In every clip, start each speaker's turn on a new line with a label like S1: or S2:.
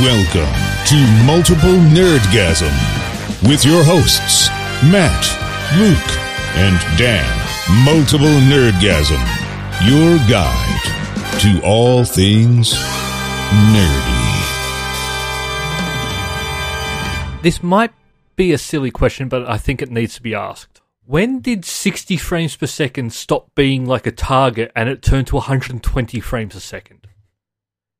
S1: Welcome to Multiple Nerdgasm with your hosts, Matt, Luke, and Dan. Multiple Nerdgasm, your guide to all things nerdy.
S2: This might be a silly question, but I think it needs to be asked. When did 60 frames per second stop being like a target and it turned to 120 frames a second?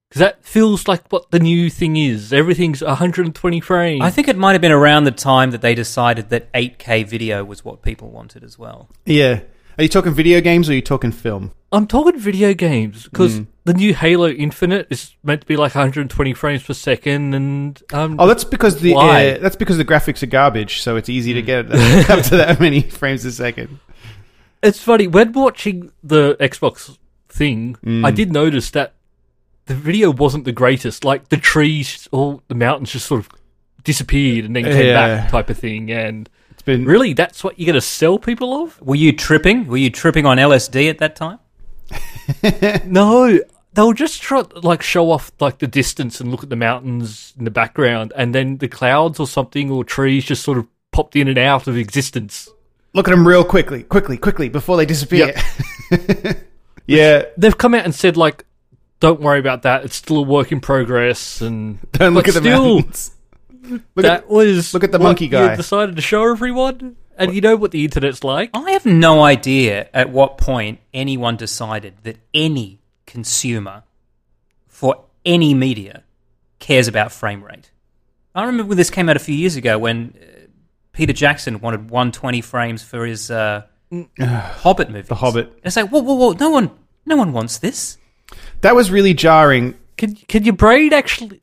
S2: Because that feels like what the new thing is. Everything's 120 frames.
S3: I think it might have been around the time that they decided that 8K video was what people wanted as well.
S4: Yeah. Are you talking video games or are you talking film?
S2: I'm talking video games because the new Halo Infinite is meant to be like 120 frames per second, and um,
S4: Oh, that's because the
S2: Why? Hmm.
S4: uh, that's because the graphics are garbage, so it's easy to get it up to that many frames a second.
S2: it's funny when watching the Xbox thing, I
S4: Mm.
S2: did notice that the video wasn't the greatest. Like the trees or the mountains just sort of disappeared and then came
S4: Yeah.
S2: back, type of thing. And
S4: It's been
S2: really, that's what you're going to sell people of?
S3: Were you tripping? Were you tripping on LSD at that time?
S2: No, they'll just try like show off like the distance and look at the mountains in the background, and then the clouds or something or trees just sort of popped in and out of existence.
S4: look at them real quickly, quickly, quickly before they disappear. yeah,
S2: They've come out and said like. Don't worry about that. It's still a work in progress, and
S4: don't look
S2: but
S4: at the
S2: still,
S4: mountains. Look
S2: that
S4: at,
S2: was
S4: look at the
S2: what
S4: monkey
S2: you
S4: guy.
S2: decided to show everyone, and you know what the internet's like.
S3: I have no idea at what point anyone decided that any consumer for any media cares about frame rate. I remember when this came out a few years ago when uh, Peter Jackson wanted 120 frames for his uh, Hobbit movie. The
S4: Hobbit.
S3: It's like, whoa, whoa, whoa! No one, no one wants this.
S4: that was really jarring.
S2: Can can your brain actually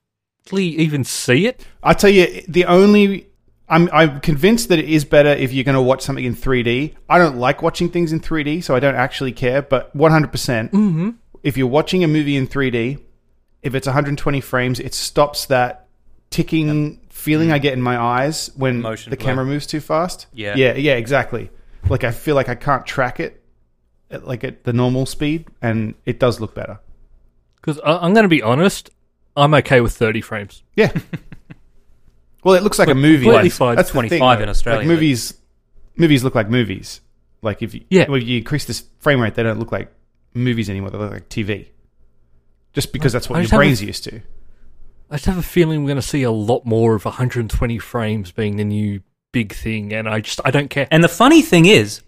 S2: even see it?
S4: I tell you, the only I'm I'm convinced that it is better if you're going to watch something in 3D. I don't like watching things in 3D, so I don't actually care. But 100, percent
S3: Mm-hmm.
S4: if you're watching a movie in 3D, if it's 120 frames, it stops that ticking feeling I get in my eyes when
S3: Mm-hmm. Motion
S4: the
S3: blur.
S4: camera moves too fast.
S3: Yeah.
S4: yeah, yeah, exactly. Like I feel like I can't track it at, like at the normal speed, and it does look better.
S2: Because I'm going to be honest, I'm okay with 30 frames.
S4: Yeah. well, it looks like a movie.
S2: completely fine.
S4: That's the thing,
S3: 25
S4: though.
S3: in Australia,
S4: Like
S3: but-
S4: movies, movies look like movies. Like if you,
S2: Yeah.
S4: well, if you increase this frame rate, they don't look like movies anymore. They look like TV. Just because that's
S2: I
S4: what your
S2: just have a-
S4: brain's used to.
S2: I just have a feeling we're going to see a lot more of 120 frames being the new big thing, and I just I don't care.
S3: And the funny thing is,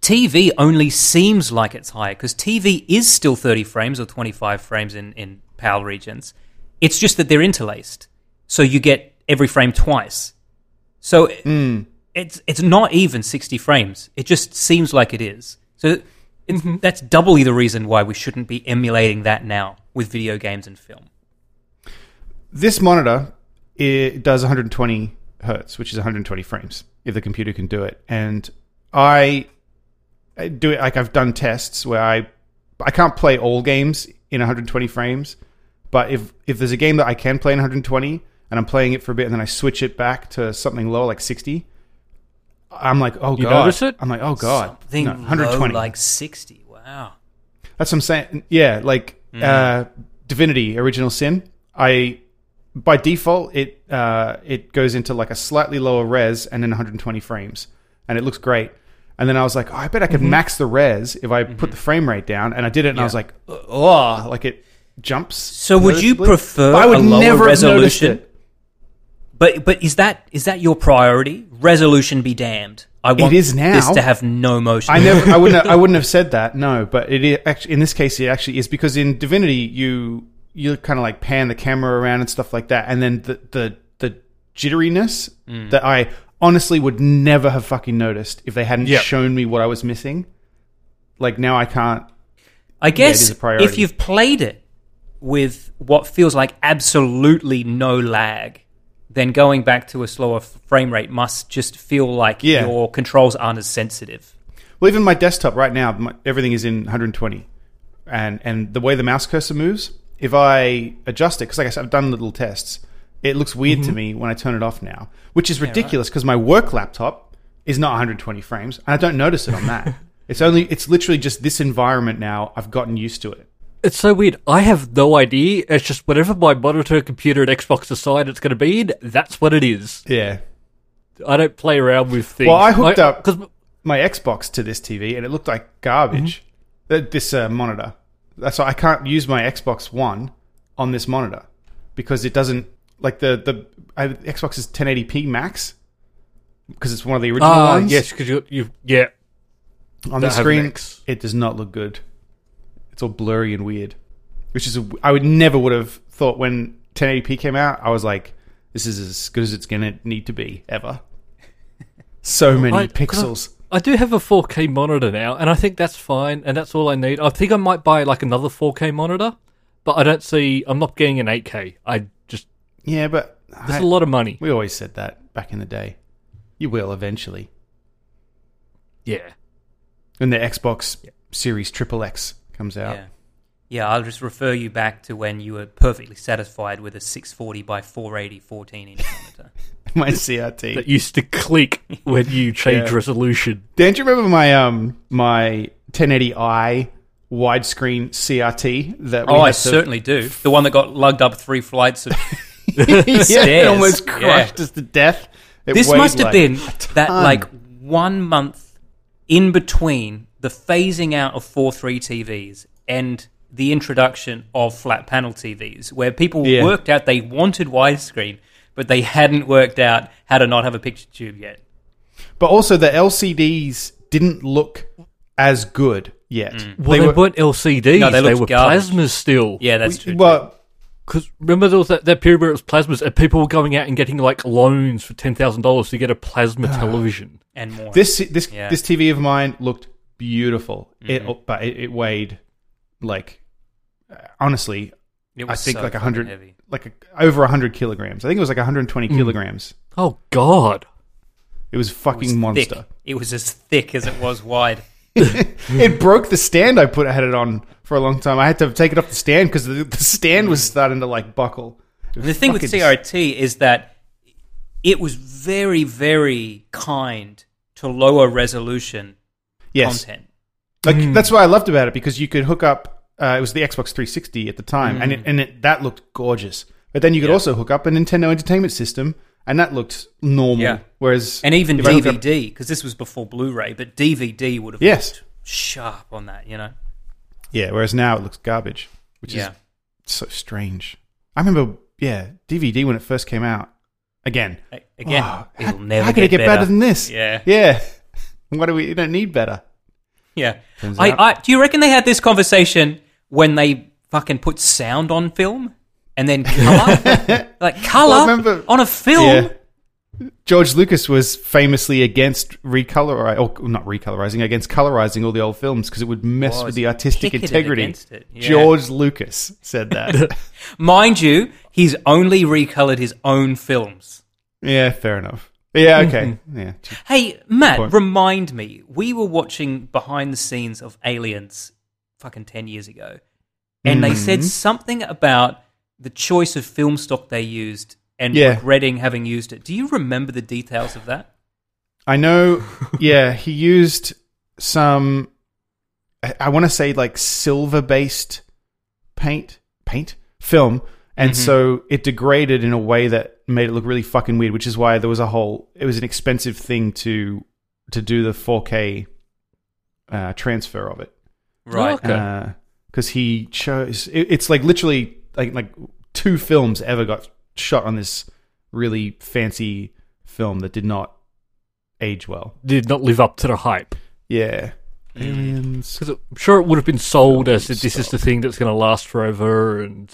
S3: TV only seems like it's higher because TV is still 30 frames or 25 frames in, in PAL regions. It's just that they're interlaced. So you get every frame twice. So it-
S4: Hmm.
S3: it's, it's not even 60 frames. It just seems like it is. So it's, that's doubly the reason why we shouldn't be emulating that now with video games and film.
S4: This monitor it does 120 hertz, which is 120 frames if the computer can do it. And I I do it like I've done tests where I I can't play all games in 120 frames, but if if there's a game that I can play in 120 and I'm playing it for a bit and then I switch it back to something lower like 60, I'm like, oh
S2: You
S4: god.
S2: notice it?
S4: I'm like, oh god,
S3: Something
S4: No, 120.
S3: low like 60. Wow.
S4: That's what I'm saying. Yeah, like
S3: Mm-hmm.
S4: uh, Divinity: Original Sin. I by default it uh, it goes into like a slightly lower res and then 120 frames, and it looks great. And then I was like, oh, I bet I
S3: Mm-hmm.
S4: could max the res if I put the frame rate down, and I did it, and I was like, oh, like it jumps.
S3: So would you
S4: noticeably.
S3: prefer
S4: But I would
S3: a lower
S4: never have noticed
S3: resolution?
S4: it.
S3: But but is that is that your priority? Resolution be damned. I want
S4: is now.
S3: this to have no motion.
S4: I never, I wouldn't, I wouldn't have said that. No, but it is, actually, in this case, it actually is because in Divinity, you you kind of like pan the camera around and stuff like that, and then the the the jitteriness that I honestly would never have fucking noticed if they hadn't
S2: Yep.
S4: shown me what I was missing. Like now, I can't.
S3: I
S4: is
S3: guess
S4: a priority.
S3: if you've played it with what feels like absolutely no lag, then going back to a slower f- frame rate must just feel like
S4: Yeah.
S3: your controls aren't as sensitive.
S4: Well, even my desktop right now, my, everything is in 120, and and the way the mouse cursor moves, if I adjust it, because like I said, I've done little tests, it looks weird to me when I turn it off now, which is ridiculous because my work laptop is not 120 frames, and I don't notice it on that. it's only it's literally just this environment now. I've gotten used to it.
S2: It's so weird. I have no idea. It's just whatever my monitor, computer, and Xbox decide it's going to be in, that's what it is.
S4: Yeah.
S2: I don't play around with things.
S4: Well, I hooked
S2: My-
S4: up-
S2: 'cause m-
S4: my Xbox to this TV, and it looked like garbage.
S2: Mm-hmm.
S4: Th- This uh, monitor, so I can't use my Xbox One on this monitor because it doesn't like the the I, Xbox is 1080p max because it's one of the original
S2: Ah,
S4: ones.
S2: yes, because you, you, yeah,
S4: on the
S2: that have
S4: screen,
S2: Max.
S4: it does not look good. It's all blurry and weird, which is a, I would never would have thought when 1080p came out. I was like, this is as good as it's gonna need to be ever. So many
S2: I- 'cause I-
S4: pixels.
S2: I do have a 4K monitor now, and I think that's fine, and that's all I need. I think I might buy like another 4K monitor, but I don't see. I'm not getting an 8K. I just
S4: Yeah, but
S2: there's
S4: I-
S2: a lot of money.
S4: We always said that back in the day. You will eventually.
S2: Yeah,
S4: When the Xbox Series Triple X comes out.
S3: Yeah. Yeah, I'll just refer you back to when you were perfectly satisfied with a 640 by 480 14 inch monitor.
S4: My
S2: that
S4: CRT.
S2: used to click when you change
S4: Yeah.
S2: resolution.
S4: Don't you remember my um my 1080i widescreen CRT that we
S3: oh,
S4: had
S3: I
S4: to-
S3: certainly do. The one that got lugged up three flights of
S4: yeah, it
S3: stairs.
S4: almost
S3: Yeah.
S4: crushed us to death. It
S3: This
S4: weighed,
S3: must have
S4: like-
S3: been that
S4: ton.
S3: like one month in between the phasing out of 4.3 TVs and the introduction of flat panel TVs, where people
S4: Yeah.
S3: worked out they wanted widescreen, but they hadn't worked out how to not have a picture tube yet.
S4: But also the LCDs didn't look as good yet.
S3: Mm.
S2: Well, they, were, not LCDs.
S3: No, they
S2: they,
S3: looked
S2: were
S3: garbage.
S2: plasmas still.
S3: Yeah, that's true.
S4: well,
S2: Because remember there was that, that period where it was plasmas, and people were going out and getting like loans for ten thousand dollars to get a plasma television.
S3: and more.
S4: this this
S3: Yeah. Mm-hmm.
S4: this TV of mine looked beautiful. It but it, it weighed like uh, honestly
S3: It
S4: I
S3: was
S4: think
S3: so
S4: like a
S3: fucking
S4: hundred,
S3: heavy.
S4: like a, over a hundred kilograms. I think it was like 120 kilograms.
S2: Oh God!
S4: It was fucking
S3: It was
S4: monster.
S3: Thick. It was as thick as it was wide.
S4: it broke the stand I put I had it on for a long time. I had to take it off the stand because the, the stand was starting to like buckle. It was
S3: Mm. The thing with
S4: fucking-
S3: CRT is that it was very, very kind to lower resolution
S4: yes,
S3: content.
S4: like
S3: Hmm.
S4: that's what I loved about it because you could hook up. Uh, it was the Xbox 360 at the time, and it,
S3: Hmm.
S4: and it, that looked gorgeous. But then you could also hook up a Nintendo Entertainment System, and that looked normal.
S3: Yeah.
S4: Whereas
S3: And even
S4: if I hook up-
S3: DVD, because this was before Blu ray, but DVD would have
S4: yes,
S3: looked sharp on that, you know?
S4: yeah. Whereas now it looks garbage, which is
S3: yeah.
S4: so strange. I remember, yeah, DVD when it first came out. Again,
S3: A- Again,
S4: wow,
S3: it'll
S4: how,
S3: never
S4: how can
S3: get,
S4: it get better.
S3: better
S4: than this?
S3: Yeah.
S4: yeah. What do we? You don't need better.
S3: Yeah.
S4: Turns out-
S3: I, I, do you reckon they had this conversation when they fucking put sound on film and then color? like color
S4: remember-
S3: on a film?
S4: Yeah. George Lucas was famously against recolori or not recolorizing, against colorizing all the old films because it would mess
S3: Was
S4: with the artistic
S3: picketed
S4: integrity.
S3: against it, yeah.
S4: George Lucas said that.
S3: Mind you, he's only recolored his own films.
S4: yeah, fair enough. Yeah, okay. yeah.
S3: Hey, Matt,
S4: point.
S3: remind me. We were watching behind the scenes of Aliens fucking 10 years ago, and they said
S4: Mm-hmm.
S3: something about the choice of film stock they used and
S4: Yeah.
S3: regretting having used it. Do you remember the details of that?
S4: I know. Yeah, he used some. I, I want to say like silver-based paint, paint film, and so it degraded in a way that made it look really fucking weird. Which is why there was a whole. It was an expensive thing to to do the 4K uh, transfer of it
S3: Right.
S2: Okay.
S4: because he chose. It, it's like literally like like two films ever got shot on this really fancy film that did not age well.
S2: Did not live up to the hype.
S4: Yeah. Aliens.
S2: Because I'm sure it would have been sold as that this is the
S4: Stop.
S2: thing that's going to last forever. And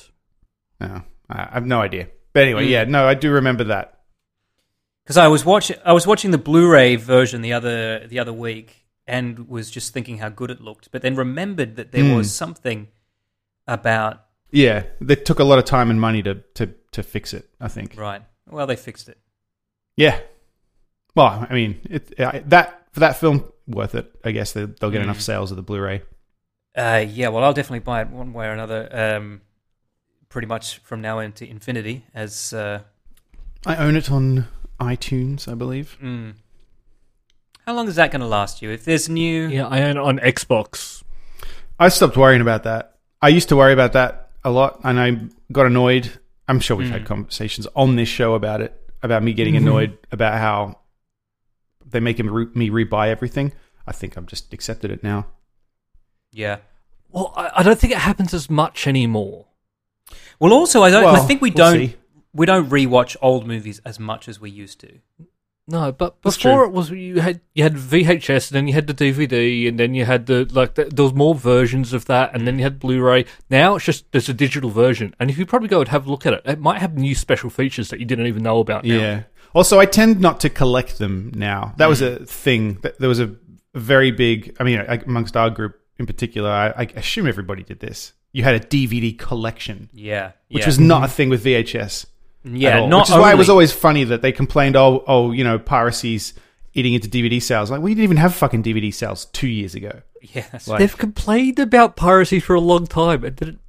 S4: No, I I have no idea. But anyway, yeah, no, I do remember that.
S3: Because I was watching, I was watching the Blu-ray version the other the other week, and was just thinking how good it looked, but then remembered that there
S4: Hmm.
S3: was something about
S4: Yeah, they took a lot of time and money to to to fix it. I think.
S3: right. Well, they fixed it.
S4: Yeah. Well, I mean, it I, that for that film worth it. I guess they, they'll get enough sales of the Blu-ray.
S3: Uh, yeah, well, I'll definitely buy it one way or another. Um, pretty much from now into infinity, as uh,
S4: I own it on iTunes, I believe.
S3: mm. how long is that going to last you? If there's new,
S2: yeah, I own it on Xbox.
S4: I stopped worrying about that. I used to worry about that a lot, and I got annoyed. I'm sure we've had conversations on this show about it, about me getting annoyed about how they make him re- me rebuy everything. I think I've just accepted it now.
S3: Yeah.
S2: Well, I, I don't think it happens as much anymore.
S3: Well, also, I don't. I
S4: Well,
S3: think we
S4: we'll
S3: don't.
S4: see.
S3: we don't rewatch old movies as much as we used to.
S2: No, but
S4: That's
S2: before
S4: true.
S2: it was you had you had VHS, and then you had the DVD, and then you had the like. The, there was more versions of that, and then you had Blu-ray. Now it's just there's a digital version, and if you probably go and have a look at it, it might have new special features that you didn't even know about. Now.
S4: Yeah. Also, I tend not to collect them now. That was a thing. That there was a very big. I mean, like, amongst our group in particular, I, I assume everybody did this. You had a DVD collection,
S3: Yeah.
S4: which
S3: yeah.
S4: was not a thing with VHS. at
S3: yeah.
S4: all,
S3: Not
S4: which is why it was
S3: only-
S4: always funny that they complained, oh, oh, you know, piracy's eating into DVD sales. Like, we didn't even have fucking DVD sales two years ago.
S3: Yeah. that's-
S4: Like-
S2: They've complained about piracy for a long time, and didn't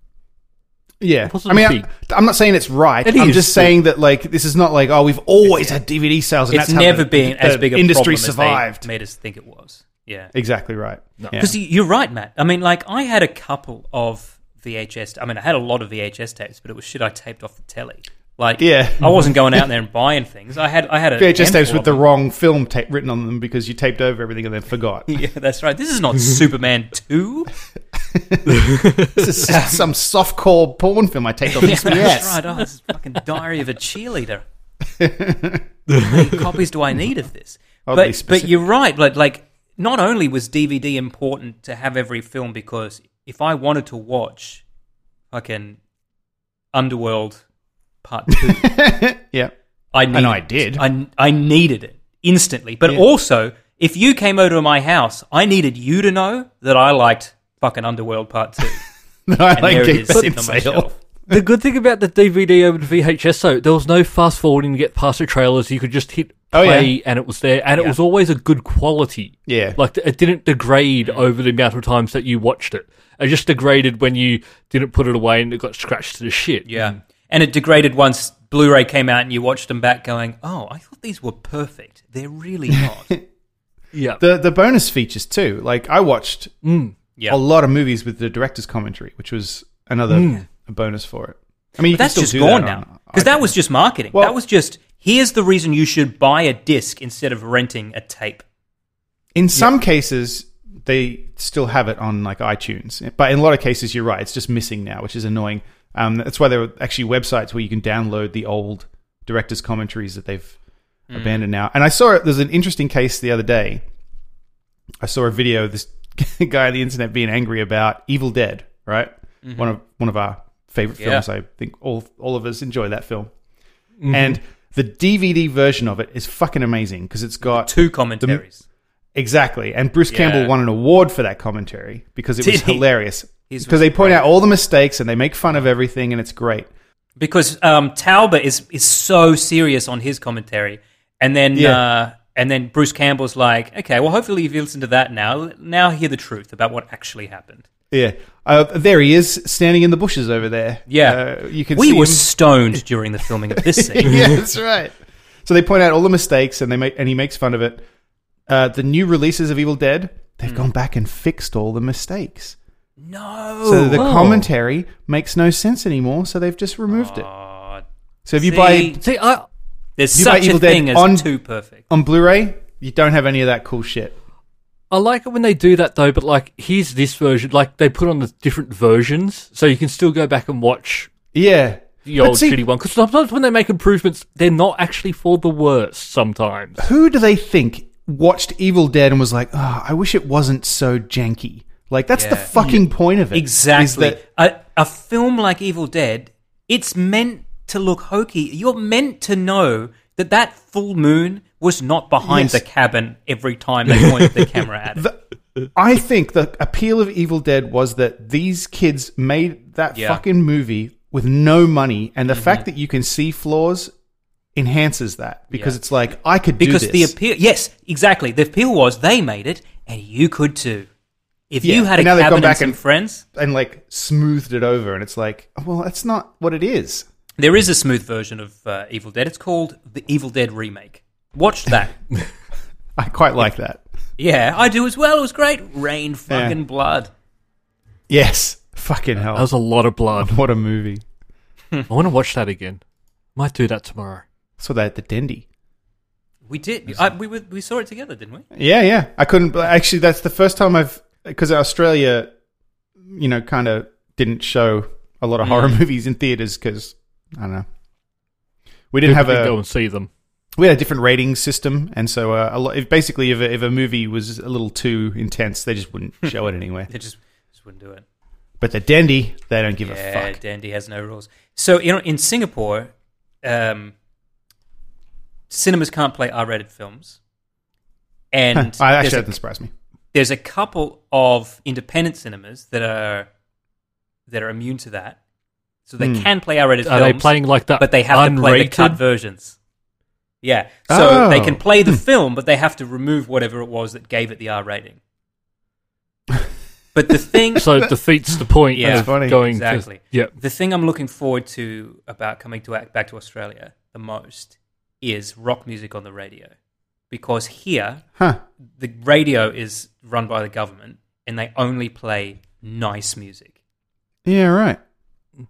S4: Yeah,
S2: wasn't
S4: I mean,
S2: a
S4: I,
S2: thing.
S4: I'm not saying it's right.
S2: It
S4: I'm
S2: is,
S4: just
S2: but-
S4: saying that like this is not like oh we've always had DVD sales. And
S3: it's
S4: that's how
S3: never
S4: the-
S3: been
S4: the
S3: as big a
S4: industry
S3: problem
S4: survived.
S3: As they made us think it was. Yeah.
S4: Exactly right. Yeah.
S3: Because you're right, Matt. I mean, like I had a couple of VHS. I mean, I had a lot of VHS tapes, but it was shit I taped off the telly. Like,
S4: Yeah.
S3: I wasn't going out there and buying things. I had, I had a
S4: VHS tapes
S3: handful
S4: with
S3: of
S4: the
S3: them.
S4: wrong film ta- written on them because you taped over everything and then forgot.
S3: Yeah, that's right. This is not Superman two.
S4: this is some softcore porn film I taped on
S3: Yeah,
S4: this.
S3: that's right. Oh, this is fucking Diary of a Cheerleader. How many copies do I need of this?
S4: Oddly
S3: But, but
S4: specific.
S3: you're right. Like, like, not only was DVD important to have every film because if I wanted to watch fucking Underworld Part Two,
S4: yeah,
S3: I needed,
S4: I
S3: it.
S4: did.
S3: I, I needed it instantly. But
S4: Yeah.
S3: also, if you came over to my house, I needed you to know that I liked fucking Underworld Part Two.
S4: no, I
S3: And there it
S4: like
S3: is
S4: it
S3: sitting on my
S4: sale.
S3: shelf.
S2: the good thing about the DVD over the VHS, though, there was no fast forwarding to get past the trailers. You could just hit
S4: Oh,
S2: play,
S4: yeah.
S2: and it was there, and it was always a good quality.
S4: Yeah.
S2: like it didn't degrade over the amount of times that you watched it. It just degraded when you didn't put it away and it got scratched to the shit.
S3: Yeah. Mm. And it degraded once Blu-ray came out and you watched them back going, "Oh, I thought these were perfect. They're really not."
S2: yeah. Mm.
S4: The the bonus features too. Like I watched
S3: yeah.
S4: a lot of movies with the director's commentary, which was another bonus for it. I mean, you
S3: Hmm. But
S4: can
S3: that's
S4: still
S3: just
S4: do
S3: gone
S4: that
S3: now.
S4: on
S3: Cuz that
S4: iPhone.
S3: was just marketing.
S4: Well-
S3: that was just here's the reason you should buy a disc instead of renting a tape.
S4: in some cases they still have it on like iTunes, but in a lot of cases you're right, it's just missing now, which is annoying. Um, that's why there are actually websites where you can download the old director's commentaries that they've abandoned now. And I saw there's an interesting case the other day. I saw a video of this guy on the internet being angry about Evil Dead, right? One of one of our favorite
S3: Yeah.
S4: films. I think all all of us enjoy that film. And the DVD version of it is fucking amazing because it's got
S3: Two commentaries.
S4: Exactly. And Bruce
S3: Yeah.
S4: Campbell won an award for that commentary because it
S3: Did
S4: was
S3: he?
S4: hilarious.
S3: His
S4: Because
S3: was
S4: they point out all the mistakes and they make fun of everything and it's great.
S3: because um Talbot is is so serious on his commentary and then
S4: Yeah.
S3: uh and then Bruce Campbell's like, "Okay, well hopefully if you listen to that now, now hear the truth about what actually happened."
S4: Yeah. Uh, there he is standing in the bushes over there.
S3: Yeah.
S4: Uh, you can
S3: we
S4: see
S3: were
S4: him.
S3: stoned during the filming of this scene.
S4: yeah, that's right. So they point out all the mistakes and they make and he makes fun of it. Uh, the new releases of Evil Dead,
S3: Hmm.
S4: they've gone back and fixed all the mistakes.
S3: No.
S4: So the
S2: wow.
S4: commentary makes no sense anymore, so they've just removed it.
S3: God.
S4: So if you
S3: See,
S4: buy
S2: See, I
S3: there's
S4: you buy
S3: such a
S4: Evil Dead
S3: thing as
S4: on-
S3: too perfect.
S4: on Blu-ray, you don't have any of that cool shit.
S2: I like it when they do that though, but like here's this version. Like they put on the different versions, so you can still go back and watch
S4: Yeah.
S2: the
S4: But
S2: old
S4: see,
S2: shitty one. Because sometimes when they make improvements, they're not actually for the worse. Sometimes
S4: who do they think watched Evil Dead and was like, oh, I wish it wasn't so janky? Like that's the
S3: Yeah.
S4: fucking point of it. is
S3: Exactly.
S4: that-
S3: a, a film like Evil Dead, it's meant to look hokey. You're meant to know that that full moon was not behind
S4: Yes.
S3: the cabin every time they pointed the camera at it.
S4: I think the appeal of Evil Dead was that these kids made that
S3: Yeah.
S4: fucking movie with no money, and the fact that you can see flaws enhances that because
S3: Yeah.
S4: it's like I could do
S3: because
S4: this.
S3: the appeal, yes, exactly. The appeal was they made it, and you could too. If
S4: Yeah,
S3: you had a
S4: and now they've
S3: cabin
S4: gone
S3: and
S4: back
S3: some
S4: and-
S3: friends,
S4: and like smoothed it over, and it's like, well, that's not what it is.
S3: There is a smooth version of uh, Evil Dead. It's called the Evil Dead remake. Watch that.
S4: I quite like that.
S3: yeah, I do as well. It was great. Rain fucking blood.
S4: Yes, Fucking hell.
S2: That was a lot of blood.
S4: what a movie.
S2: I want to watch that again. Might do that tomorrow.
S4: Saw that at the Dendy.
S3: We did. I, we were, we saw it together, didn't we?
S4: Yeah, yeah. I couldn't. Actually, that's the first time I've because Australia, you know, kind of didn't show a
S3: Mm.
S4: lot of horror movies in theaters because I don't know. We didn't have
S2: People can go
S4: a
S2: and see them.
S4: we had a different rating system, and so uh, a lot, if basically if a, if a movie was a little too intense, they just wouldn't show it anywhere.
S3: They just, just wouldn't do it.
S4: But the Dendy, they don't give
S3: Yeah,
S4: a fuck.
S3: Dandy has no rules. So you know, in Singapore, um, cinemas can't play R-rated films, and
S4: Huh. I, actually,
S3: there's,
S4: that doesn't
S3: a,
S4: surprise me.
S3: there's a couple of independent cinemas that are that are immune to that, so they can play R-rated
S2: Are
S3: films.
S2: they playing like that?
S3: but they have
S2: Uh, unrated?
S3: to play the cut versions. Yeah, so
S4: Oh.
S3: they can play the film, but they have to remove whatever it was that gave it the R rating. But the thing,
S2: so it defeats the point
S3: Yeah.
S2: of
S3: That's
S4: funny.
S2: going to-
S3: exactly,
S2: yeah.
S3: the thing I'm looking forward to about coming to back to Australia the most is rock music on the radio, because here
S4: Huh?
S3: the radio is run by the government and they only play nice music.
S4: Yeah, right.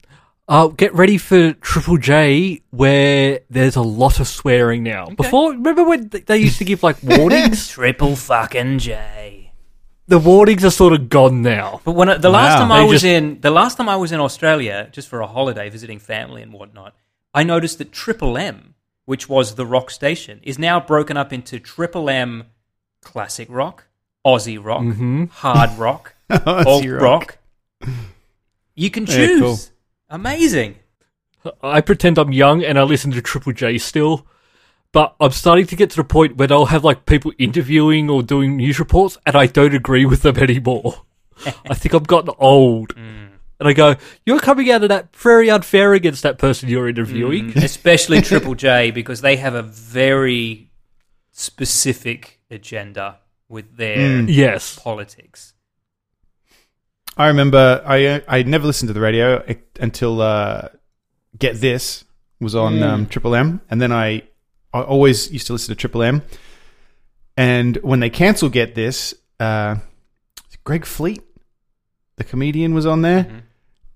S2: Uh, get ready for Triple J, where there's a lot of swearing now. Before, remember when th- they used to give like warnings?
S3: Triple fucking J.
S2: the warnings are sort of gone now.
S3: But when I, the last
S4: Wow.
S3: time I
S2: They
S3: was
S2: just-
S3: in the last time I was in Australia just for a holiday visiting family and whatnot, I noticed that Triple M, which was the rock station, is now broken up into Triple M classic rock, Aussie rock, hard rock,
S4: Aussie
S3: alt
S4: rock.
S3: rock. You can
S4: Yeah,
S3: choose.
S4: cool.
S3: Amazing.
S2: I pretend I'm young and I listen to Triple J still, but I'm starting to get to the point where they'll have like people interviewing or doing news reports, and I don't agree with them anymore. I think I've gotten old.
S3: Mm.
S2: And I go, you're coming out of that very unfair against that person you're interviewing.
S3: Mm. Especially Triple J because they have a very specific agenda with their
S2: Yes.
S3: politics.
S4: I remember I I never listened to the radio e- until uh, Get This was on um, Triple M, and then I I always used to listen to Triple M. And when they cancel Get This, uh, Greg Fleet, the comedian, was on
S3: Mm-hmm.
S4: there,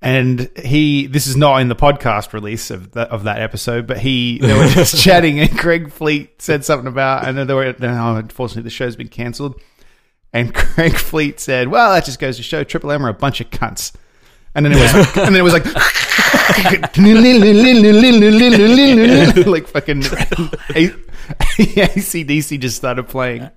S4: and he this is not in the podcast release of the, of that episode, but he they were just chatting, and Greg Fleet said something about and then they were no, unfortunately the show's been cancelled. And Craig Fleet said, "Well, that just goes to show Triple M are a bunch of cunts." And then it was, and then it was like, like fucking ACDC just started playing,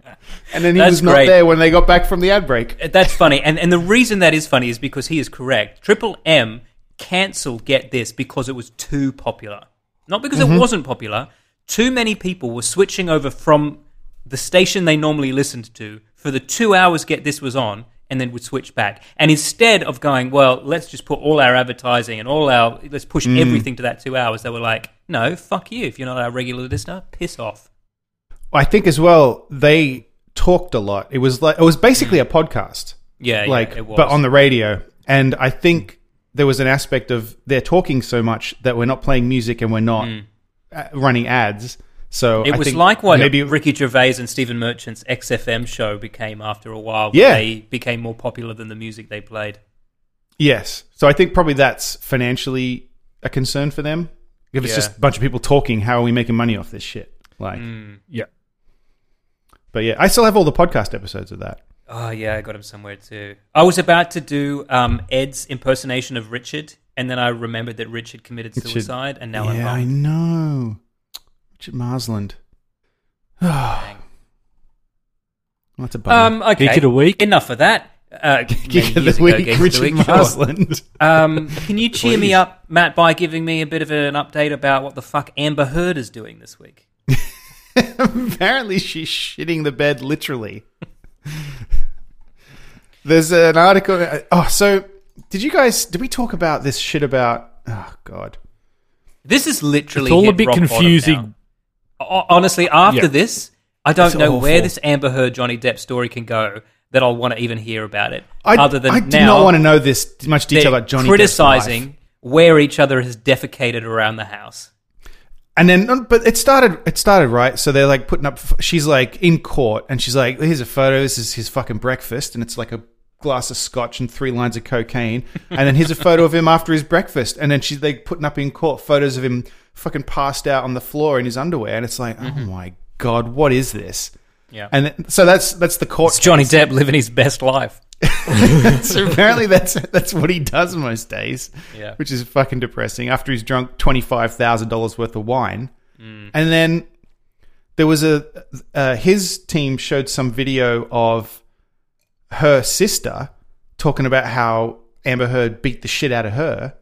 S4: and then he
S3: That's
S4: was not
S3: great.
S4: there when they got back from the ad break.
S3: That's funny, and and the reason that is funny is because he is correct. Triple M cancelled Get This because it was too popular, not because
S4: Mm-hmm.
S3: it wasn't popular. Too many people were switching over from the station they normally listened to for the two hours Get This was on, and then would switch back. And instead of going, well, let's just put all our advertising and all our let's push
S4: Mm.
S3: everything to that two hours, they were like, no, fuck you. If you're not our regular listener, piss off.
S4: I think as well they talked a lot. It was like it was basically a
S3: Mm.
S4: podcast,
S3: Yeah, yeah,
S4: like
S3: it was. Mm.
S4: but on the radio. And I think there was an aspect of they're talking so much that we're not playing music and we're not uh running ads. So
S3: Mm. It
S4: I
S3: was
S4: think
S3: like what
S4: maybe
S3: Ricky Gervais and Stephen Merchant's XFM show became after a while.
S4: Yeah.
S3: They became more popular than the music they played.
S4: yes. So I think probably that's financially a concern for them. If
S3: Yeah.
S4: it's
S3: Mm.
S4: just a bunch of people talking, how are we making money off this shit? Like,
S2: Yeah.
S4: but yeah, I still have all the podcast episodes of that.
S3: Oh, yeah, I got him somewhere too. I was about to do um, Ed's impersonation of Richard, and then I remembered that Richard committed
S4: Richard.
S3: suicide, and now I'm
S4: yeah, I
S3: wrong.
S4: know. Richard Marsland. That's a bummer.
S3: Um, okay.
S2: Geek of the Week?
S3: Enough of that. Uh, many
S4: Geek of
S3: years ago,
S4: the week,
S3: Geek of the
S4: Richard
S3: Week, sure.
S4: Marsland.
S3: Um, can you cheer me
S4: Please.
S3: up, Matt, by giving me a bit of an update about what the fuck Amber Heard is doing this week?
S4: Apparently, she's shitting the bed literally. There's an article. Oh, so did you guys? Did we talk about this shit about? Oh God,
S3: This is literally
S2: It's all a
S3: hit
S2: bit
S3: rock bottom
S2: confusing.
S3: now. O- Honestly, after
S2: Yeah.
S3: this, I don't
S4: It's
S3: know where
S4: awful.
S3: this Amber Heard Johnny Depp story can go that I'll want to even hear about it.
S4: I,
S3: other than
S4: I
S3: now,
S4: do not want to know this much
S3: they're
S4: detail about Johnny Depp's
S3: criticizing
S4: life.
S3: where each other has defecated around the house.
S4: And then, but it started. It started right. So they're like putting up. She's like in court, and she's like, "Here's a photo. This is his fucking breakfast, and it's like a glass of scotch and three lines of cocaine, and then here's a photo of him after his breakfast, and then she's they putting up in court photos of him fucking passed out on the floor in his underwear, and it's like, oh my god, what is this?
S3: Mm-hmm. Yeah.
S4: And th- so that's that's the court.
S3: It's Johnny Depp living his best life.
S4: So apparently that's that's what he does most days.
S3: Yeah.
S4: Which is fucking depressing after he's drunk $25,000 worth of wine. And then there was a uh, his team showed some video of her sister talking about how Amber Heard beat the shit out of her.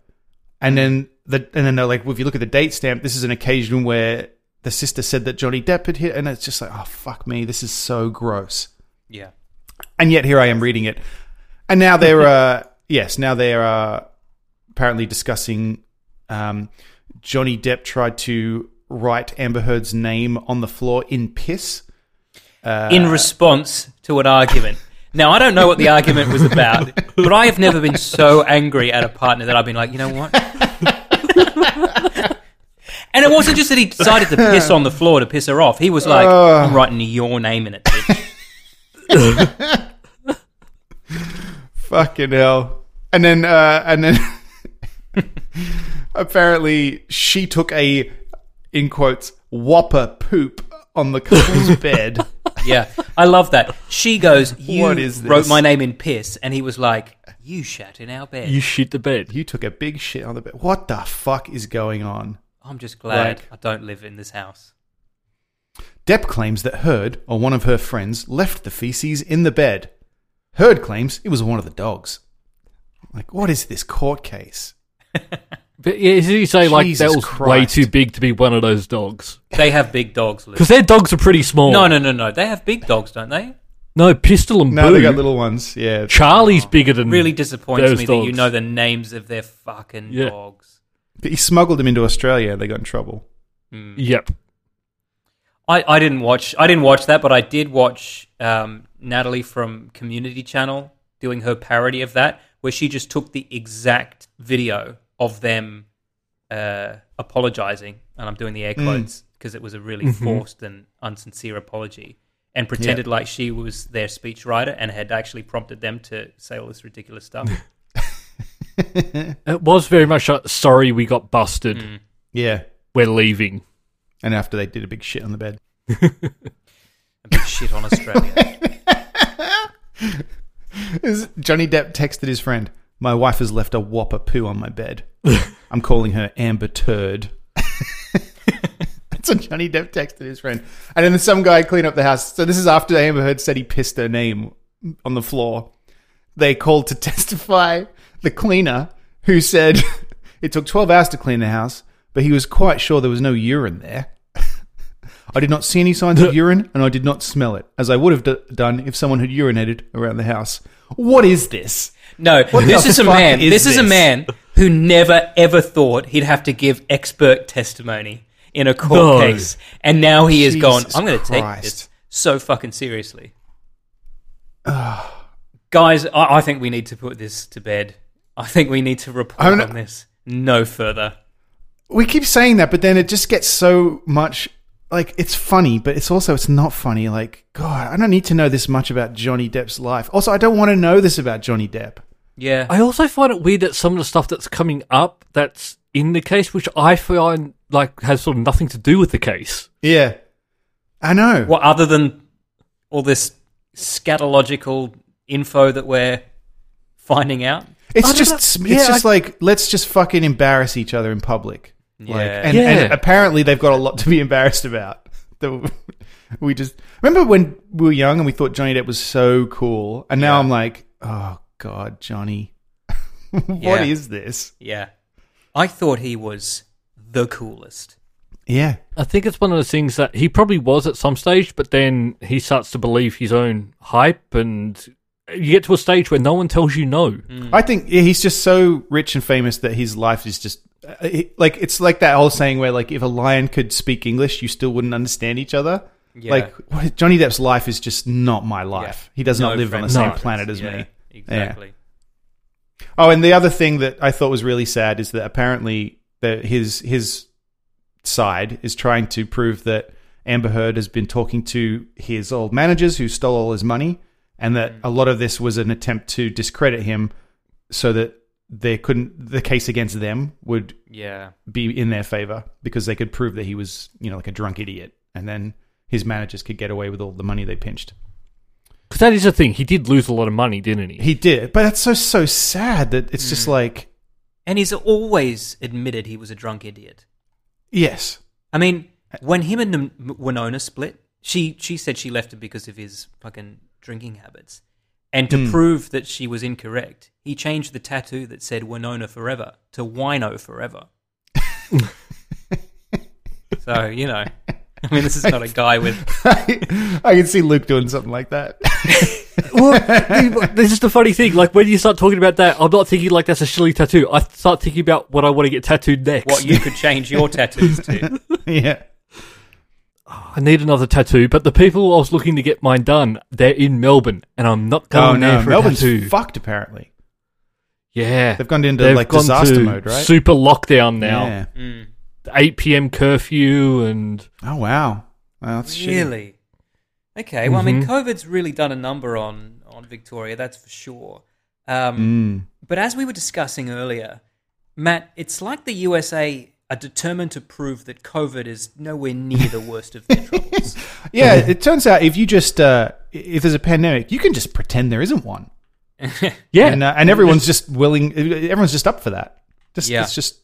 S4: And then the and then they're like, well, if you look at the date stamp, this is an occasion where the sister said that Johnny Depp had hit and it's just like, oh fuck me, this is so gross
S3: Yeah.
S4: and yet here I am reading it. And now they're uh, yes, now they're uh, apparently discussing um, Johnny Depp tried to write Amber Heard's name on the floor in piss.
S3: in response to an argument. Now, I don't know what the argument was about, but I have never been so angry at a partner that I've been like, you know what? and it wasn't just that he decided to piss on the floor to piss her off. He was like, I'm writing your name in it. bitch."
S4: Fucking hell! And then uh, and then apparently she took a in quotes whopper poop on the couple's bed.
S3: Yeah. I love that. She goes, You
S4: What is this?
S3: wrote my name in piss. And he was like, You shat in our bed.
S2: You shit the bed.
S4: You took a big shit on the bed. What the fuck is going on?
S3: I'm just glad
S4: Like-
S3: I don't live in this house.
S4: Depp claims that Heard, or one of her friends, left the feces in the bed. Heard claims it was one of the dogs. Like, what is this court case?
S2: But yeah, as you say, like
S4: Jesus
S2: that was way
S4: Christ.
S2: too big to be one of those dogs
S3: They have big dogs, Luke.
S2: because their dogs are pretty small.
S3: No, no, no, no. They have big dogs, don't they?
S2: no, Pistol and
S4: No,
S2: Boo.
S4: they got little ones. Yeah.
S2: Charlie's bigger than
S3: Oh. really disappoints
S2: Mm. those
S3: me that you
S2: dogs.
S3: know the names of their fucking
S2: Yeah.
S3: dogs.
S4: But he smuggled them into Australia and they got in trouble.
S2: Yep.
S3: I, I didn't watch I didn't watch that, but I did watch um, Natalie from Community Channel doing her parody of that, where she just took the exact video of them uh, apologizing, and I'm doing the air
S2: Mm.
S3: quotes because it was a really
S2: Mm-hmm.
S3: forced and unsincere apology, and pretended like she was their speechwriter and had actually prompted them to say all this ridiculous stuff.
S2: It was very much a sorry we got busted.
S4: Yeah.
S2: We're leaving.
S4: And after they did a big shit on the bed.
S3: a bit shit on Australia.
S4: Johnny Depp texted his friend, My wife has left a whopper poo on my bed. I'm calling her Amber Turd. That's what Johnny Depp texted his friend. And then some guy cleaned up the house. So this is after Amber Heard said he pissed her name on the floor. They called to testify the cleaner who said it took 12 hours to clean the house, but he was quite sure there was no urine there. I did not see any signs of urine and I did not smell it, as I would have d- done if someone had urinated around the house. What is this?
S3: No, this
S4: the
S3: is a
S4: fuck
S3: man.
S4: is
S3: this, is a
S4: this?
S3: man who never ever thought he'd have to give expert testimony in a court
S2: No.
S3: case, and now he is
S4: Jesus
S3: gone. I'm going to take
S4: Christ.
S3: this so fucking seriously. Guys, I, I think we need to put this to bed. I think we need to report
S4: I'm not-
S3: on this no further.
S4: we keep saying that, but then it just gets so much like it's funny, but it's also it's not funny. Like, God, I don't need to know this much about Johnny Depp's life. Also, I don't want to know this about Johnny Depp.
S3: Yeah,
S2: I also find it weird that some of the stuff that's coming up that's in the case, which I find like has sort of nothing to do with the case.
S4: Yeah. I know.
S3: what other than all this scatological info that we're finding out?
S2: I
S4: It's
S2: don't
S4: just
S2: know.
S4: it's
S2: Yeah,
S4: just like let's just fucking embarrass each other in public. Like,
S3: Yeah.
S4: and, and
S2: Yeah.
S4: apparently they've got a lot to be embarrassed about. That we just remember when we were young and we thought Johnny Depp was so cool, and now I'm like, oh god, Johnny, what is
S3: Yeah.
S4: this?
S3: Yeah. I thought he was the coolest.
S4: Yeah,
S2: I think it's one of those things that he probably was at some stage, but then he starts to believe his own hype, and you get to a stage where no one tells you no.
S3: Mm.
S4: I think yeah, he's just so rich and famous that his life is just uh, he- like it's like that old saying where like if a lion could speak English, you still wouldn't understand each other.
S3: Yeah.
S4: Like what, Johnny Depp's life is just not my life.
S3: Yeah.
S4: He does not
S3: No
S4: live on the
S3: friends.
S4: same
S2: No.
S4: planet as
S3: Yeah,
S4: me.
S3: Exactly.
S4: Oh, and the other thing that I thought was really sad is that apparently the, his his side is trying to prove that Amber Heard has been talking to his old managers who stole all his money and that
S3: Mm.
S4: a lot of this was an attempt to discredit him, so that they couldn't the case against them would
S3: Yeah.
S4: be in their favor because they could prove that he was, you know, like a drunk idiot. And then his managers could get away with all the money they pinched.
S2: Because that is the thing. He did lose a lot of money, didn't he?
S4: He did. But that's so, so sad that it's just like,
S3: And he's always admitted he was a drunk idiot.
S4: yes.
S3: I mean, when him and N- Winona split, she she said she left him because of his fucking drinking habits. And to
S4: Hmm.
S3: prove that she was incorrect, he changed the tattoo that said Winona forever to Wino forever. so, you know, I mean, this is not a guy with.
S4: I can see Luke doing something like that.
S2: well, this is the funny thing. Like when you start talking about that, I'm not thinking like that's a silly tattoo. I start thinking about what I want to get tattooed next.
S3: What you could change your tattoos to.
S4: yeah.
S2: I need another tattoo, but the people I was looking to get mine done, they're in Melbourne, and I'm not
S4: Oh,
S2: going there
S4: no.
S2: for
S4: Melbourne's
S2: a tattoo.
S4: fucked, apparently.
S2: yeah,
S4: They've gone into
S2: They've
S4: like
S2: gone
S4: disaster
S2: to
S4: mode, right?
S2: Super lockdown now.
S4: Yeah.
S2: 8 p.m. curfew, and
S4: Oh, wow. Wow, that's shitty.
S3: Really? Okay. Well, I mean, COVID's really done a number on, on Victoria, that's for sure. Um,
S4: Mm.
S3: But as we were discussing earlier, Matt, it's like the USA are determined to prove that COVID is nowhere near the worst of their troubles.
S4: Yeah, it turns out if you just, uh, if there's a pandemic, you can just pretend there isn't one.
S2: yeah,
S4: and, uh, and everyone's just willing. Everyone's just up for that. Just
S3: Yeah.
S4: it's just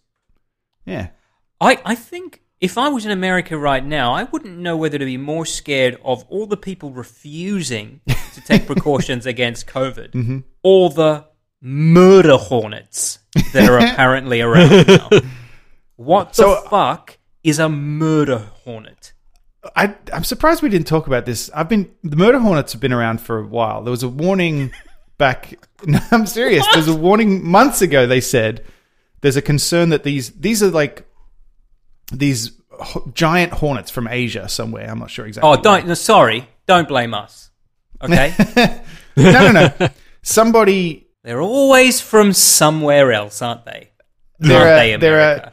S4: yeah.
S3: I, I think if I was in America right now, I wouldn't know whether to be more scared of all the people refusing to take precautions against COVID or the murder hornets that are apparently around now. What
S4: So-
S3: the fuck is a murder hornet?
S4: I I'm surprised we didn't talk about this. I've been the murder hornets have been around for a while. There was a warning back. No, I'm serious. There's a warning months ago. They said there's a concern that these these are like these ho- giant hornets from Asia somewhere. I'm not sure exactly.
S3: Oh, don't, no, sorry, don't blame us. Okay?
S4: no no no. Somebody
S3: They're always from somewhere else, aren't they?
S4: there
S3: aren't
S4: are
S3: they,
S4: there are
S3: America?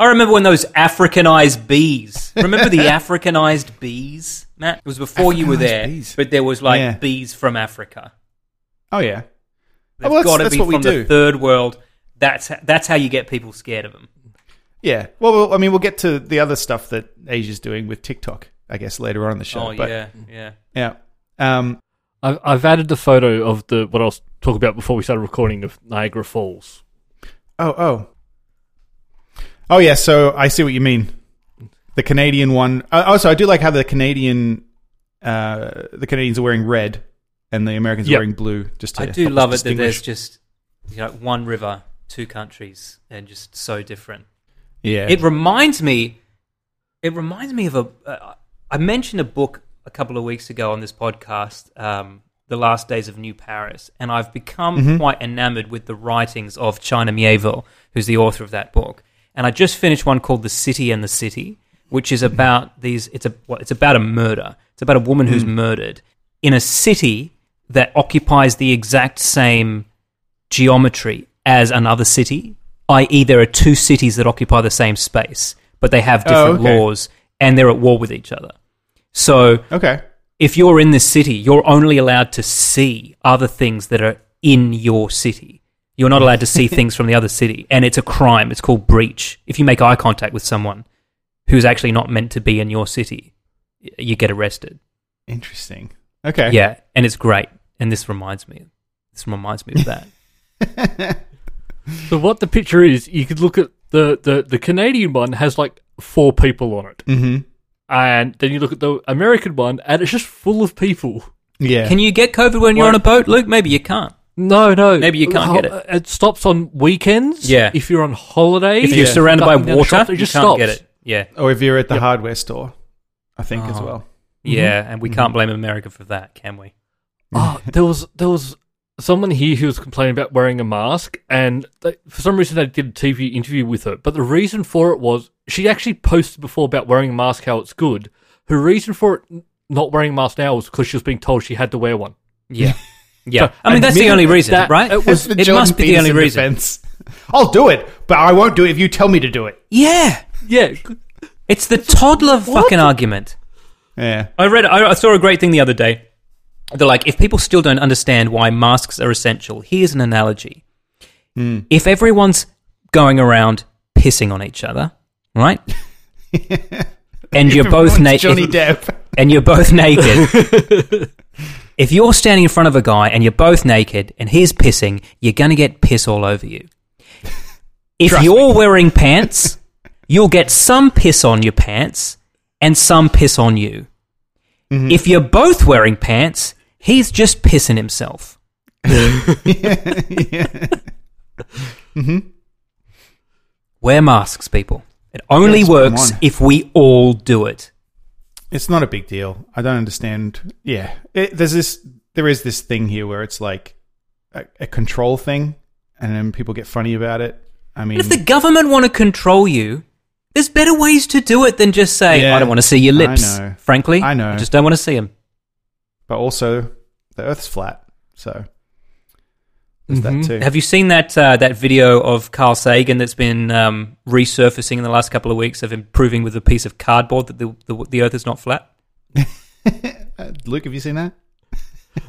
S3: I remember when those Africanized bees. Remember the Africanized bees, Matt? It was before you were
S4: Africanized
S3: there,
S4: bees.
S3: but there was like
S4: Yeah.
S3: bees from Africa.
S4: oh yeah.
S3: They've
S4: well, that's-
S3: got to
S4: that's
S3: be
S4: what we
S3: from
S4: do.
S3: the third world. That's that's how you get people scared of them.
S4: Yeah. Well, well, I mean, we'll get to the other stuff that Asia's doing with TikTok, I guess, later on in the show.
S3: oh
S4: but,
S3: yeah, yeah.
S4: Yeah. Um,
S2: I've, I've added the photo of the what I was talking about before we started recording of Niagara Falls.
S4: oh, oh. Oh, yeah. So I see what you mean. The Canadian one. uh, Also, I do like how the Canadian, uh, the Canadians are wearing red and the Americans
S2: Yep.
S4: are wearing blue. Just to
S3: I do
S4: help us
S3: love it that there's
S4: distinguish.
S3: just you know one river, two countries, and just so different.
S4: Yeah.
S3: It reminds me. It reminds me of a. Uh, I mentioned a book a couple of weeks ago on this podcast, um, "The Last Days of New Paris," and I've become quite enamored with the writings of China Mieville, who's the author of that book. And I just finished one called "The City and the City," which is about these. It's a. Well, it's about a murder. It's about a woman who's murdered in a city that occupies the exact same geometry as another city, i.e., there are two cities that occupy the same space, but they have
S4: Oh,
S3: different
S4: okay.
S3: laws and they're at war with each other. So
S4: okay.
S3: if you're in this city, you're only allowed to see other things that are in your city. You're not allowed to see things from the other city, and it's a crime. It's called breach. If you make eye contact with someone who's actually not meant to be in your city, y- you get arrested.
S4: Interesting. Okay.
S3: Yeah, and it's great. And this reminds me. This reminds me of that.
S2: So what the picture is, you could look at the the the Canadian one has like four people on it,
S4: Mm-hmm.
S2: and then you look at the American one, and it's just full of people.
S4: Yeah.
S3: Can you get COVID when you're
S2: Well-
S3: on a boat, Luke? Maybe you can't.
S2: No, no.
S3: Maybe you can't
S2: Ho-
S3: get it.
S2: It stops on weekends.
S3: Yeah.
S2: If you're on holiday,
S3: If you're surrounded by
S2: cutting down the
S3: water,
S2: shops,
S3: you
S2: it just
S3: can't
S2: stops.
S3: get it. Yeah,
S4: or Oh, if you're at the hardware store, I think as
S3: Oh.
S4: well.
S3: yeah, and we can't blame America for that, can we?
S2: Oh, there was there was someone here who was complaining about wearing a mask, and they, for some reason they did a TV interview with her. But the reason for it was she actually posted before about wearing a mask how it's good. Her reason for it n- not wearing a mask now was because she was being told she had to wear one.
S3: Yeah, yeah.
S2: So,
S3: I mean, that's the
S2: admitting
S3: only reason,
S2: that
S3: right?
S2: it
S4: That's
S2: was-
S4: the
S3: it
S4: Jordan
S3: must be the only
S4: Peterson
S3: reason.
S4: defense. I'll do it, but I won't do it if you tell me to do it.
S3: Yeah,
S2: Yeah,
S3: it's the toddler fucking argument.
S4: Yeah.
S3: I read, I, I saw a great thing the other day they're like, if people still don't understand why masks are essential, here's an analogy.
S4: Hmm.
S3: If everyone's going around pissing on each other, right? and you're both
S4: Everyone's
S3: naked
S4: Johnny Depp.
S3: and you're both naked. if you're standing in front of a guy and you're both naked and he's pissing, you're going to get piss all over you. If
S4: Trust
S3: you're wearing pants, you'll get some piss on your pants and some piss on you.
S4: Mm-hmm.
S3: If you're both wearing pants, he's just pissing himself. Wear masks, people. It only
S4: Yes, come
S3: works
S4: on.
S3: if we all do it.
S4: It's not a big deal. I don't understand. Yeah, it, there's this. There is this thing here where it's like a, a control thing, and then people get funny about it. I mean,
S3: But if the government want to control you, there's better ways to do it than just saying,
S4: Yeah.
S3: I don't want to see your
S4: I
S3: lips.
S4: know.
S3: Frankly,
S4: I know.
S3: I just don't want to see them.
S4: but also the Earth's flat, so there's that too.
S3: Mm-hmm. Have you seen that uh, that video of Carl Sagan that's been um, resurfacing in the last couple of weeks of him proving with a piece of cardboard that the, the, the Earth is not flat?
S4: Uh, Luke, have you seen that?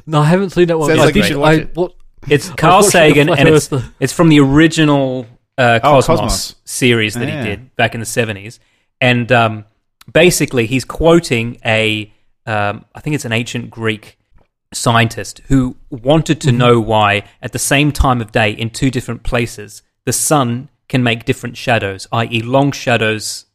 S2: No, I haven't seen that one.
S4: Sounds
S2: I
S4: like you
S2: did-
S4: should watch
S2: I-
S4: it.
S2: what-
S3: It's Carl
S2: watching the
S3: Sagan,
S2: Flat
S3: and it's,
S2: Earther.
S3: it's from the original uh,
S4: Oh,
S3: Cosmos,
S4: Cosmos.
S3: series that
S4: Yeah.
S3: he did back in the seventies, and um, basically he's quoting a, um, I think it's an ancient Greek scientist who wanted to know why at the same time of day in two different places the sun can make different shadows, i.e., long shadows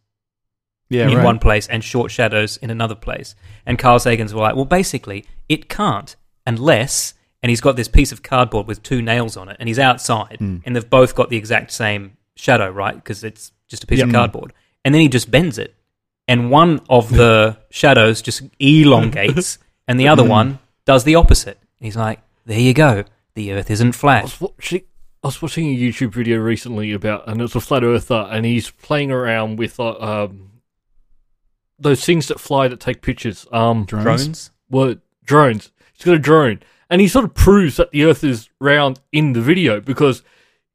S4: Yeah,
S3: in
S4: right.
S3: one place and short shadows in another place. And Carl Sagan's were like, well, basically, it can't unless. And he's got this piece of cardboard with two nails on it, and he's outside,
S4: Hmm.
S3: and they've both got the exact same shadow, right? Because it's just a piece of cardboard. And then he just bends it, and one of the shadows just elongates, and the
S4: Hmm.
S3: other one does the opposite. And he's like, there you go. The earth isn't
S2: I
S3: flat.
S2: was watching. I was watching a YouTube video recently about, and it's a flat earther, and he's playing around with uh, um, those things that fly that take pictures. Um,
S3: Drones?
S2: were drones. He's got a drone, and he sort of proves that the Earth is round in the video because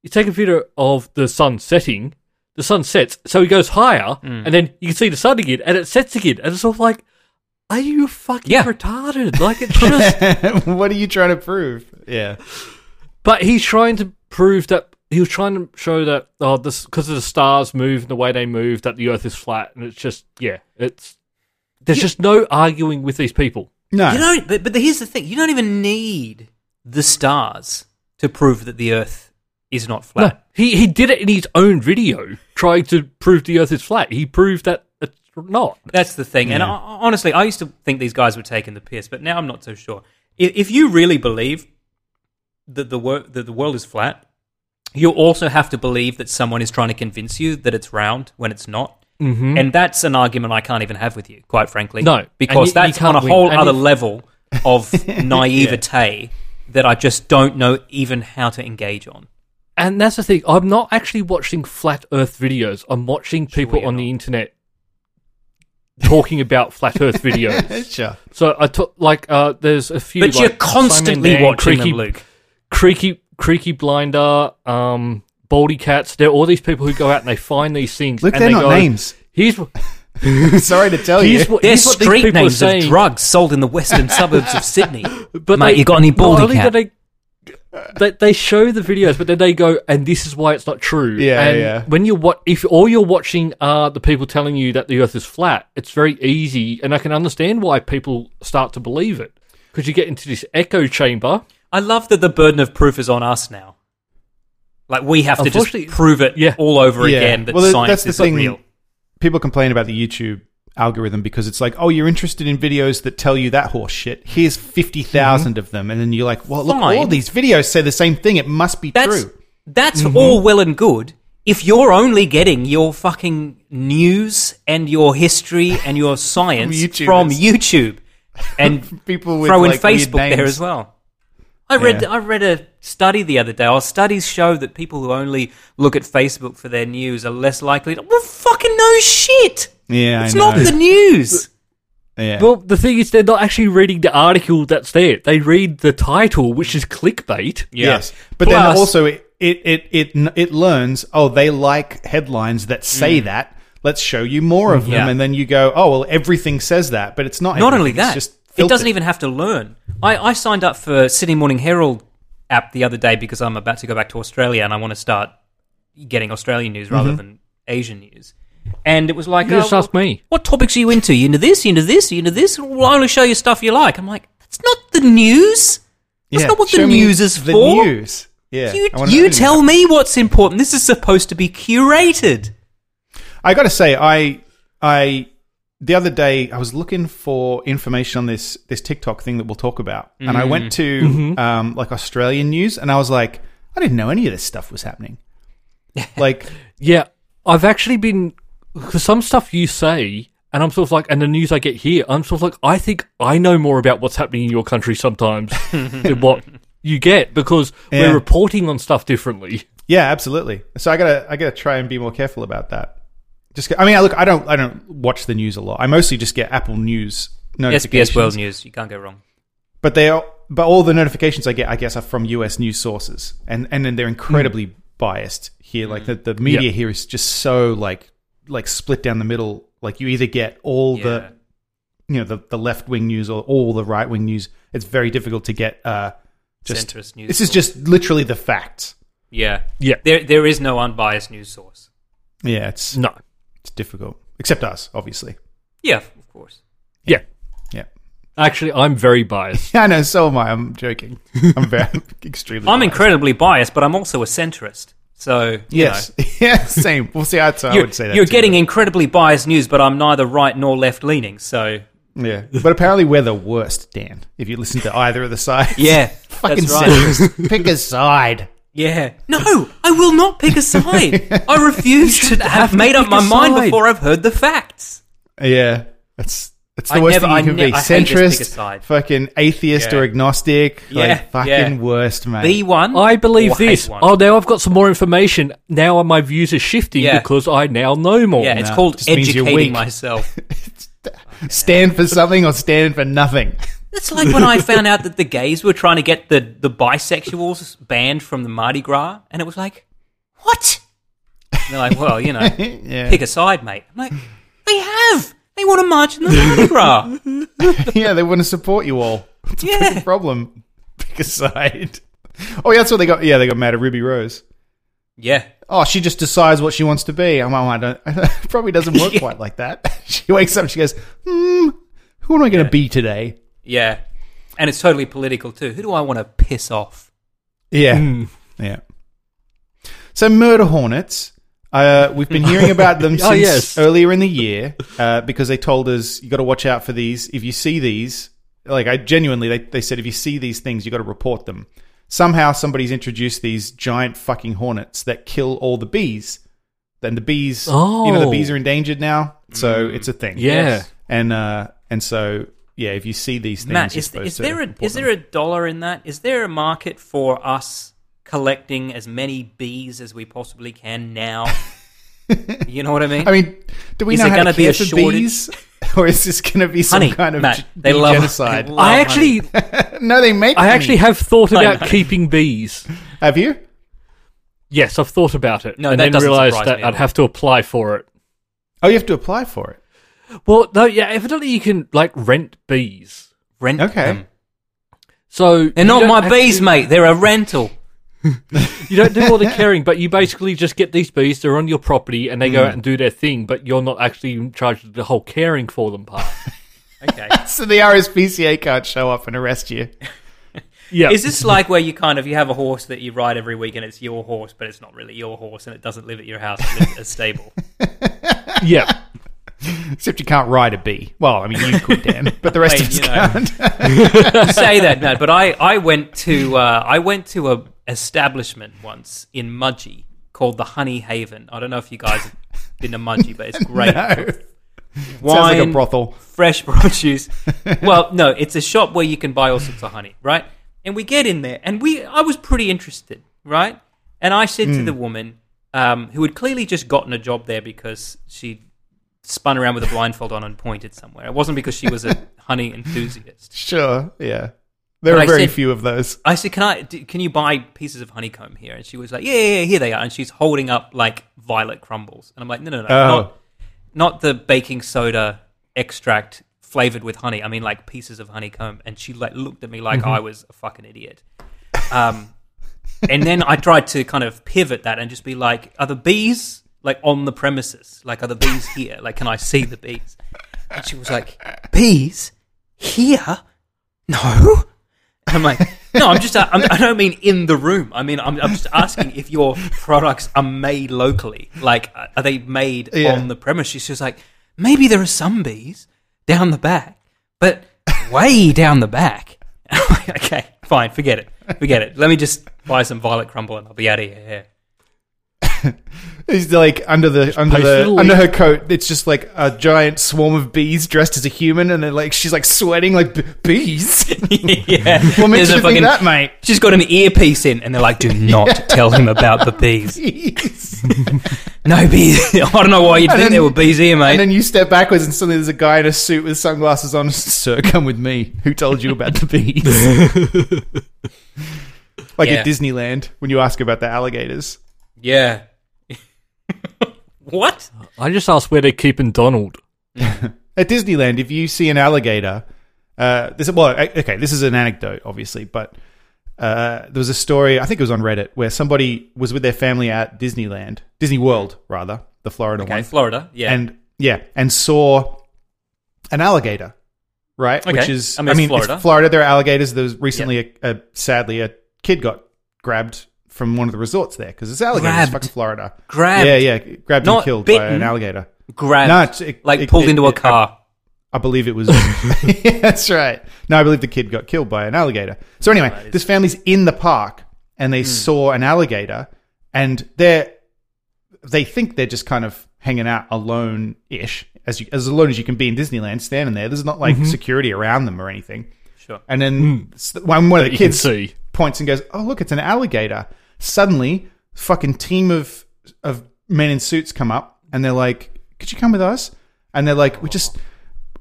S2: you take a video of the sun setting, the sun sets, so he goes higher, and then you can see the sun again, and it sets again, and it's sort of like, are you fucking
S3: Yeah.
S2: retarded? Like it's just
S4: what are you trying to prove? Yeah,
S2: But he's trying to prove that he was trying to show that oh, this because of the stars move and the way they move that the Earth is flat, and it's just yeah, it's there's just no arguing with these people.
S4: no,
S3: You don't. But, but here's the thing: you don't even need the stars to prove that the Earth is not
S2: No,
S3: flat.
S2: he he did it in his own video trying to prove the Earth is flat. He proved that it's not.
S3: That's the thing. And I, I- honestly, I used to think these guys were taking the piss, but now I'm not so sure. If, if you really believe that the wor- that the world is flat, you also have to believe that someone is trying to convince you that it's round when it's not. Mm-hmm. And that's an argument I can't even have with you, quite frankly.
S2: No, and
S3: because
S2: you- you
S3: that's on
S2: can't
S3: a
S2: win.
S3: whole
S2: And
S3: other
S2: if-
S3: level of naivete that I just don't know even how to engage on.
S2: And that's the thing. I'm not actually watching flat Earth videos. I'm watching people
S3: you're
S2: on the
S3: not.
S2: internet talking about flat Earth videos.
S4: Sure.
S2: So I took like uh, there's a few.
S3: But you're
S2: like, Simon
S3: constantly
S2: Mann,
S3: watching
S2: Creaky
S3: them, Luke.
S2: Creaky Creaky Blinder, um, Baldy Cats. They're all these people who go out and they find these things.
S4: Look,
S2: and
S4: they're
S2: they
S4: not
S2: go,
S4: names.
S2: Here's, wh-
S4: Sorry to tell you.
S2: here's what
S3: Oh, They're
S2: here's what these
S3: street
S2: people are
S3: names of
S2: saying.
S3: drugs sold in the western suburbs of Sydney.
S2: but
S3: Mate, you got any
S2: not
S3: Baldy
S2: only do
S3: Cat?
S2: They, they, they show the videos, but then they go, and this is why it's not true.
S4: Yeah,
S2: and
S4: yeah.
S2: When you what if all you're watching are the people telling you that the Earth is flat, it's very easy, and I can understand why people start to believe it because you get into this echo chamber.
S3: I love that the burden of proof is on us now. Like we have to just
S2: Unfortunately-
S3: prove it
S2: yeah.
S3: all over
S4: Yeah.
S3: again that
S4: Well, that-
S3: science
S4: that's the
S3: is not
S4: thing.
S3: real.
S4: people complain about the YouTube algorithm because it's like, oh, you're interested in videos that tell you that horse shit. Here's 50,000 of them. And then you're like, well, look,
S3: Mm-hmm. Fine.
S4: all these videos say the same thing. It must be
S3: That's
S4: true. Mm-hmm.
S3: that's all well and good if you're only getting your fucking news and your history and your science
S4: YouTubers.
S3: from YouTube and
S4: People with,
S3: throw in
S4: like, weird
S3: Facebook there
S4: names.
S3: as well. I read
S4: Yeah.
S3: I read a study the other day. Our studies show that people who only look at Facebook for their news are less likely to well fucking no shit.
S4: Yeah,
S3: It's
S4: I
S3: not
S4: know.
S3: the news.
S4: yeah.
S2: Well, the thing is, they're not actually reading the article that's there. They read the title, which is clickbait.
S4: Yes. But then
S3: Plus-
S4: also it, it, it, it, it learns, oh, they like headlines that say that. Let's show you more of them.
S3: Mm. Yeah.
S4: And then you go, oh, well, everything says that. But it's not
S3: Not only
S4: everything, it's
S3: that,
S4: just
S3: it doesn't
S4: filtered.
S3: even have to learn. I, I signed up for Sydney Morning Herald app the other day because I'm about to go back to Australia and I want to start getting Australian news
S4: Mm-hmm.
S3: rather than Asian news. And it was like,
S2: You
S3: oh,
S2: just asked me.
S3: what topics are you into? You into this? You into this? You into this? Well, I only show you stuff you like. I'm like, that's not the news. That's not what the
S4: show me
S3: news is
S4: the
S3: for.
S4: news. Yeah.
S3: You,
S4: I wanna know
S3: you
S4: the
S3: tell me what's important. This is supposed to be curated.
S4: I got to say, I, I, the other day I was looking for information on this this TikTok thing that we'll talk about, and I went to um, like Australian news, and I was like, I didn't know any of this stuff was happening. like,
S2: Yeah, I've actually been because some stuff you say, and I'm sort of like, and the news I get here, I'm sort of like, I think I know more about what's happening in your country sometimes than what you get because
S4: Yeah.
S2: we're reporting on stuff differently.
S4: yeah, absolutely. So I gotta I gotta try and be more careful about that. Just, I mean, I look, I don't I don't watch the news a lot. I mostly just get Apple News notifications.
S3: SBS World News. You can't go wrong.
S4: but they are but all the notifications I get, I guess, are from US news sources, and and then they're
S3: Hmm.
S4: incredibly biased here. Like the, the media
S2: Yep.
S4: here is just so like like split down the middle. Like you either get all the you know the, the left wing news or all the right wing news. It's very difficult to get uh just
S3: Centrist news
S4: This is just literally the facts.
S3: Yeah.
S2: Yeah.
S3: There, there is no unbiased news source.
S4: Yeah, it's
S2: No.
S4: it's difficult, except us, obviously.
S3: Yeah, of course.
S2: Yeah.
S4: Yeah,
S2: Actually, I'm very biased.
S4: I know. So am I. I'm joking. I'm very extremely.
S3: I'm
S4: biased.
S3: incredibly biased, but I'm also a centrist. So, you
S4: Yes.
S3: know,
S4: Yeah. Same. Well, see, I'd, so I
S3: you're,
S4: would say that.
S3: you're
S4: too,
S3: getting
S4: but-
S3: incredibly biased news, but I'm neither right nor left leaning. So,
S4: Yeah, but apparently we're the worst, Dan. If you listen to either of the sides,
S3: yeah.
S4: fucking
S3: that's right.
S4: centrist. pick a side.
S3: Yeah. No, I will not pick a side. I refuse to have made up
S2: pick
S3: my
S2: a
S3: mind
S2: side.
S3: before I've heard the facts.
S4: Yeah, that's that's the
S3: I
S4: worst
S3: never-
S4: thing
S3: I
S4: you can
S3: ne-
S4: be.
S3: I hate just pick a
S4: Centrist,
S3: side.
S4: fucking atheist or
S3: Yeah.
S4: agnostic.
S3: Yeah,
S4: like, fucking
S3: yeah.
S4: worst, mate.
S3: Be one.
S2: I believe
S3: or hate
S2: this.
S3: one.
S2: Oh, now I've got some more information. Now my views are shifting
S3: Yeah.
S2: because I now know more.
S3: yeah, it's
S4: No,
S3: called
S4: just means you're
S3: educating
S4: weak.
S3: myself.
S4: stand for something or stand for nothing.
S3: That's like when I found out that the gays were trying to get the, the bisexuals banned from the Mardi Gras, and it was like, what? And they're like, well, you know,
S4: yeah,
S3: pick a side, mate. I'm like, they have. They want to march in the Mardi Gras.
S4: yeah, they want to support you all. It's a
S3: Yeah.
S4: fucking problem. Pick a side. Oh yeah, that's what they got. Yeah, they got mad at Ruby Rose.
S3: Yeah.
S4: oh, she just decides what she wants to be. I'm, I don't, probably doesn't work quite like that. she wakes up, and she goes, hmm, who am I going to be today?
S3: Yeah. And it's totally political, too. Who do I want to piss off?
S4: Yeah.
S3: Hmm.
S4: Yeah. So, murder hornets. Uh, we've been hearing about them since
S2: Oh, yes.
S4: earlier in the year uh, because they told us you got to watch out for these. If you see these, like I genuinely, they, they said if you see these things, you got to report them. Somehow, somebody's introduced these giant fucking hornets that kill all the bees. Then the bees, you know, the
S2: Oh.
S4: bees are endangered now, so
S3: Mm.
S4: it's a thing.
S2: Yeah.
S3: Yes.
S4: and uh, and so yeah, if you see these things,
S3: Matt,
S4: you're
S3: is,
S4: supposed
S3: is
S4: to
S3: there a
S4: report
S3: is
S4: them.
S3: there a dollar in that? Is there a market for us collecting as many bees as we possibly can now? you know what I mean?
S4: I mean, do we
S3: Is
S4: know
S3: there
S4: how
S3: gonna
S4: to
S3: be
S4: care
S3: a
S4: for
S3: shortage?
S4: bees, or is this going to be some
S3: Honey,
S4: kind of
S3: Matt,
S4: g-
S3: they
S4: bee
S3: love-
S4: genocide?
S3: they love-
S2: I actually,
S4: no, they make.
S2: I
S4: honey.
S2: actually have thought
S3: I
S2: about
S3: know.
S2: keeping bees.
S4: have you.
S2: Yes, I've thought about it,
S3: No,
S2: and
S3: that
S2: then
S3: doesn't
S2: realised
S3: surprise
S2: that
S3: me at
S2: I'd
S3: all.
S2: have to apply for it.
S4: Oh, you have to apply for it.
S2: Well, no, yeah, evidently you can like rent bees.
S3: Rent
S4: Okay.
S3: them.
S2: So
S3: They're not my bees, mate. They're a rental.
S2: You don't do all the caring, but you basically just get these bees. They're on your property, and
S3: Hmm.
S2: they go out and do their thing. But you're not actually in charge of the whole caring for them part.
S3: Okay.
S4: So the RSPCA can't show up and arrest you.
S2: Yeah,
S3: Is this like where you kind of you have a horse that you ride every week and it's your horse, but it's not really your horse and it doesn't live at your house, it lives at a stable?
S2: yeah.
S4: Except you can't ride a bee. Well, I mean, you could, Dan, but the rest
S3: Wait,
S4: of us
S3: you know.
S4: can't.
S3: You say that, Matt, but I, I went to uh, I went to a establishment once in Mudgee called the Honey Haven. I don't know if you guys have been to Mudgee, but it's great.
S4: no.
S3: Wine,
S4: Sounds like a brothel.
S3: fresh produce. well, no, it's a shop where you can buy all sorts of honey, right? And we get in there, and we I was pretty interested, right? And I said to the woman um, who had clearly just gotten a job there because she spun around with a blindfold on and pointed somewhere. It wasn't because she was a honey enthusiast.
S4: Sure. Yeah. There
S3: But
S4: are
S3: I
S4: very
S3: said-
S4: few of those.
S3: I said, "Can I? d- Can you buy pieces of honeycomb here?" And she was like, "Yeah, yeah, yeah, here they are." And she's holding up like violet crumbles, and I'm like, "No, no, no,
S4: Oh.
S3: not, not the baking soda extract flavored with honey. I mean, like pieces of honeycomb. And she like looked at me like I was a fucking idiot. Um, and then I tried to kind of pivot that and just be like, are the bees like on the premises? Like, are the bees here? Like, can I see the bees? And she was like, bees here? No. And I'm like, no, I'm just, uh, I'm, I don't mean in the room. I mean, I'm, I'm just asking if your products are made locally. Like, uh, are they made
S4: Yeah.
S3: on the premises? She was like, maybe there are some bees down the back, but way down the back. I'm like, okay, fine, forget it. Forget it. Let me just buy some Violet Crumble and I'll be out of your hair.
S4: It's like under the under
S2: post it
S4: the
S2: all
S4: under
S2: in.
S4: her coat. It's just like a giant swarm of bees dressed as a human, and then like she's like sweating like "B- bees.
S3: yeah.
S4: What
S3: There's
S4: makes
S3: a
S4: you think
S3: fucking-
S4: that, mate?
S3: She's got an earpiece in, and they're like, "Do not tell him about the bees."
S4: Bees.
S3: No bees. I don't know why you'd
S4: And
S3: think
S4: then-
S3: there were bees here, mate.
S4: and then you step backwards, and suddenly there's a guy in a suit with sunglasses on. Sir, come with me. Who told you about the bees? like
S3: Yeah.
S4: at Disneyland when you ask about the alligators.
S3: yeah. what?
S2: I just asked where they're keeping Donald.
S4: at Disneyland, if you see an alligator, uh, this well, o- okay, this is an anecdote, obviously, but uh, there was a story I think it was on Reddit where somebody was with their family at Disneyland, Disney World, rather, the Florida
S3: Okay,
S4: one,
S3: Florida. Yeah.
S4: and yeah, and saw an alligator, right?
S3: Okay.
S4: Which is,
S3: I
S4: I
S3: mean,
S4: mean,
S3: it's
S4: it's
S3: Florida.
S4: Florida. There are alligators. There was recently, a, a, sadly, a kid got grabbed from one of the resorts there because it's alligators,
S3: Grabbed.
S4: fucking Florida.
S3: Grabbed.
S4: yeah, yeah, grabbed
S3: Not
S4: and killed by
S3: bitten.
S4: an alligator.
S3: grabbed,
S4: No, it's- it-
S3: like
S4: it-
S3: pulled
S4: it-
S3: into a
S4: it-
S3: car.
S4: I believe it was. that's right. No, I believe the kid got killed by an alligator. So anyway, this family's in the park and they saw an alligator, and they're they think they're just kind of hanging out alone ish, as you, as alone as you can be in Disneyland, standing there. There's not like security around them or anything.
S3: Sure.
S4: And then s- one, one of the
S2: you can
S4: kids
S2: see.
S4: points and goes, "Oh, look, it's an alligator." Suddenly, fucking team of of men in suits come up and they're like, "Could you come with us?" And they're like, "We just,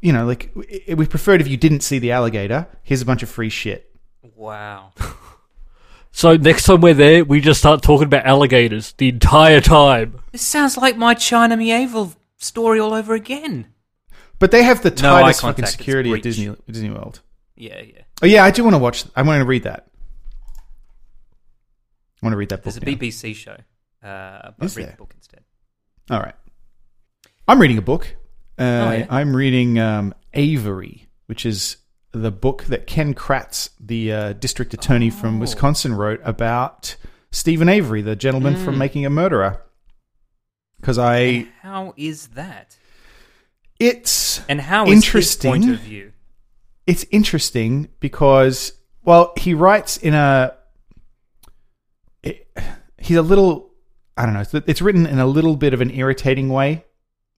S4: you know, like we we preferred if you didn't see the alligator. Here's a bunch of free shit."
S3: Wow.
S2: So next time we're there, we just start talking about alligators the entire time.
S3: This sounds like my China Medieval story all over again.
S4: But they have the
S3: No eye
S4: tightest fucking
S3: contact, it's
S4: security at
S3: breach.
S4: Disney Disney World.
S3: Yeah, yeah.
S4: Oh yeah, I do want to watch. I want to read that. I want to read that book.
S3: There's a
S4: now.
S3: BBC show. Uh, but
S4: Is
S3: read
S4: there?
S3: the book instead.
S4: All right. I'm reading a book. Uh,
S3: yeah.
S4: I'm reading um, Avery, which is the book that Ken Kratz, the uh, district attorney from Wisconsin, wrote about Stephen Avery, the gentleman from Making a Murderer. Because
S3: Eh.
S4: I,
S3: How is that?
S4: it's
S3: And how is
S4: Interesting.
S3: his point of view?
S4: it's interesting because well he writes in a it- he's a little i don't know it's, it's written in a little bit of an irritating way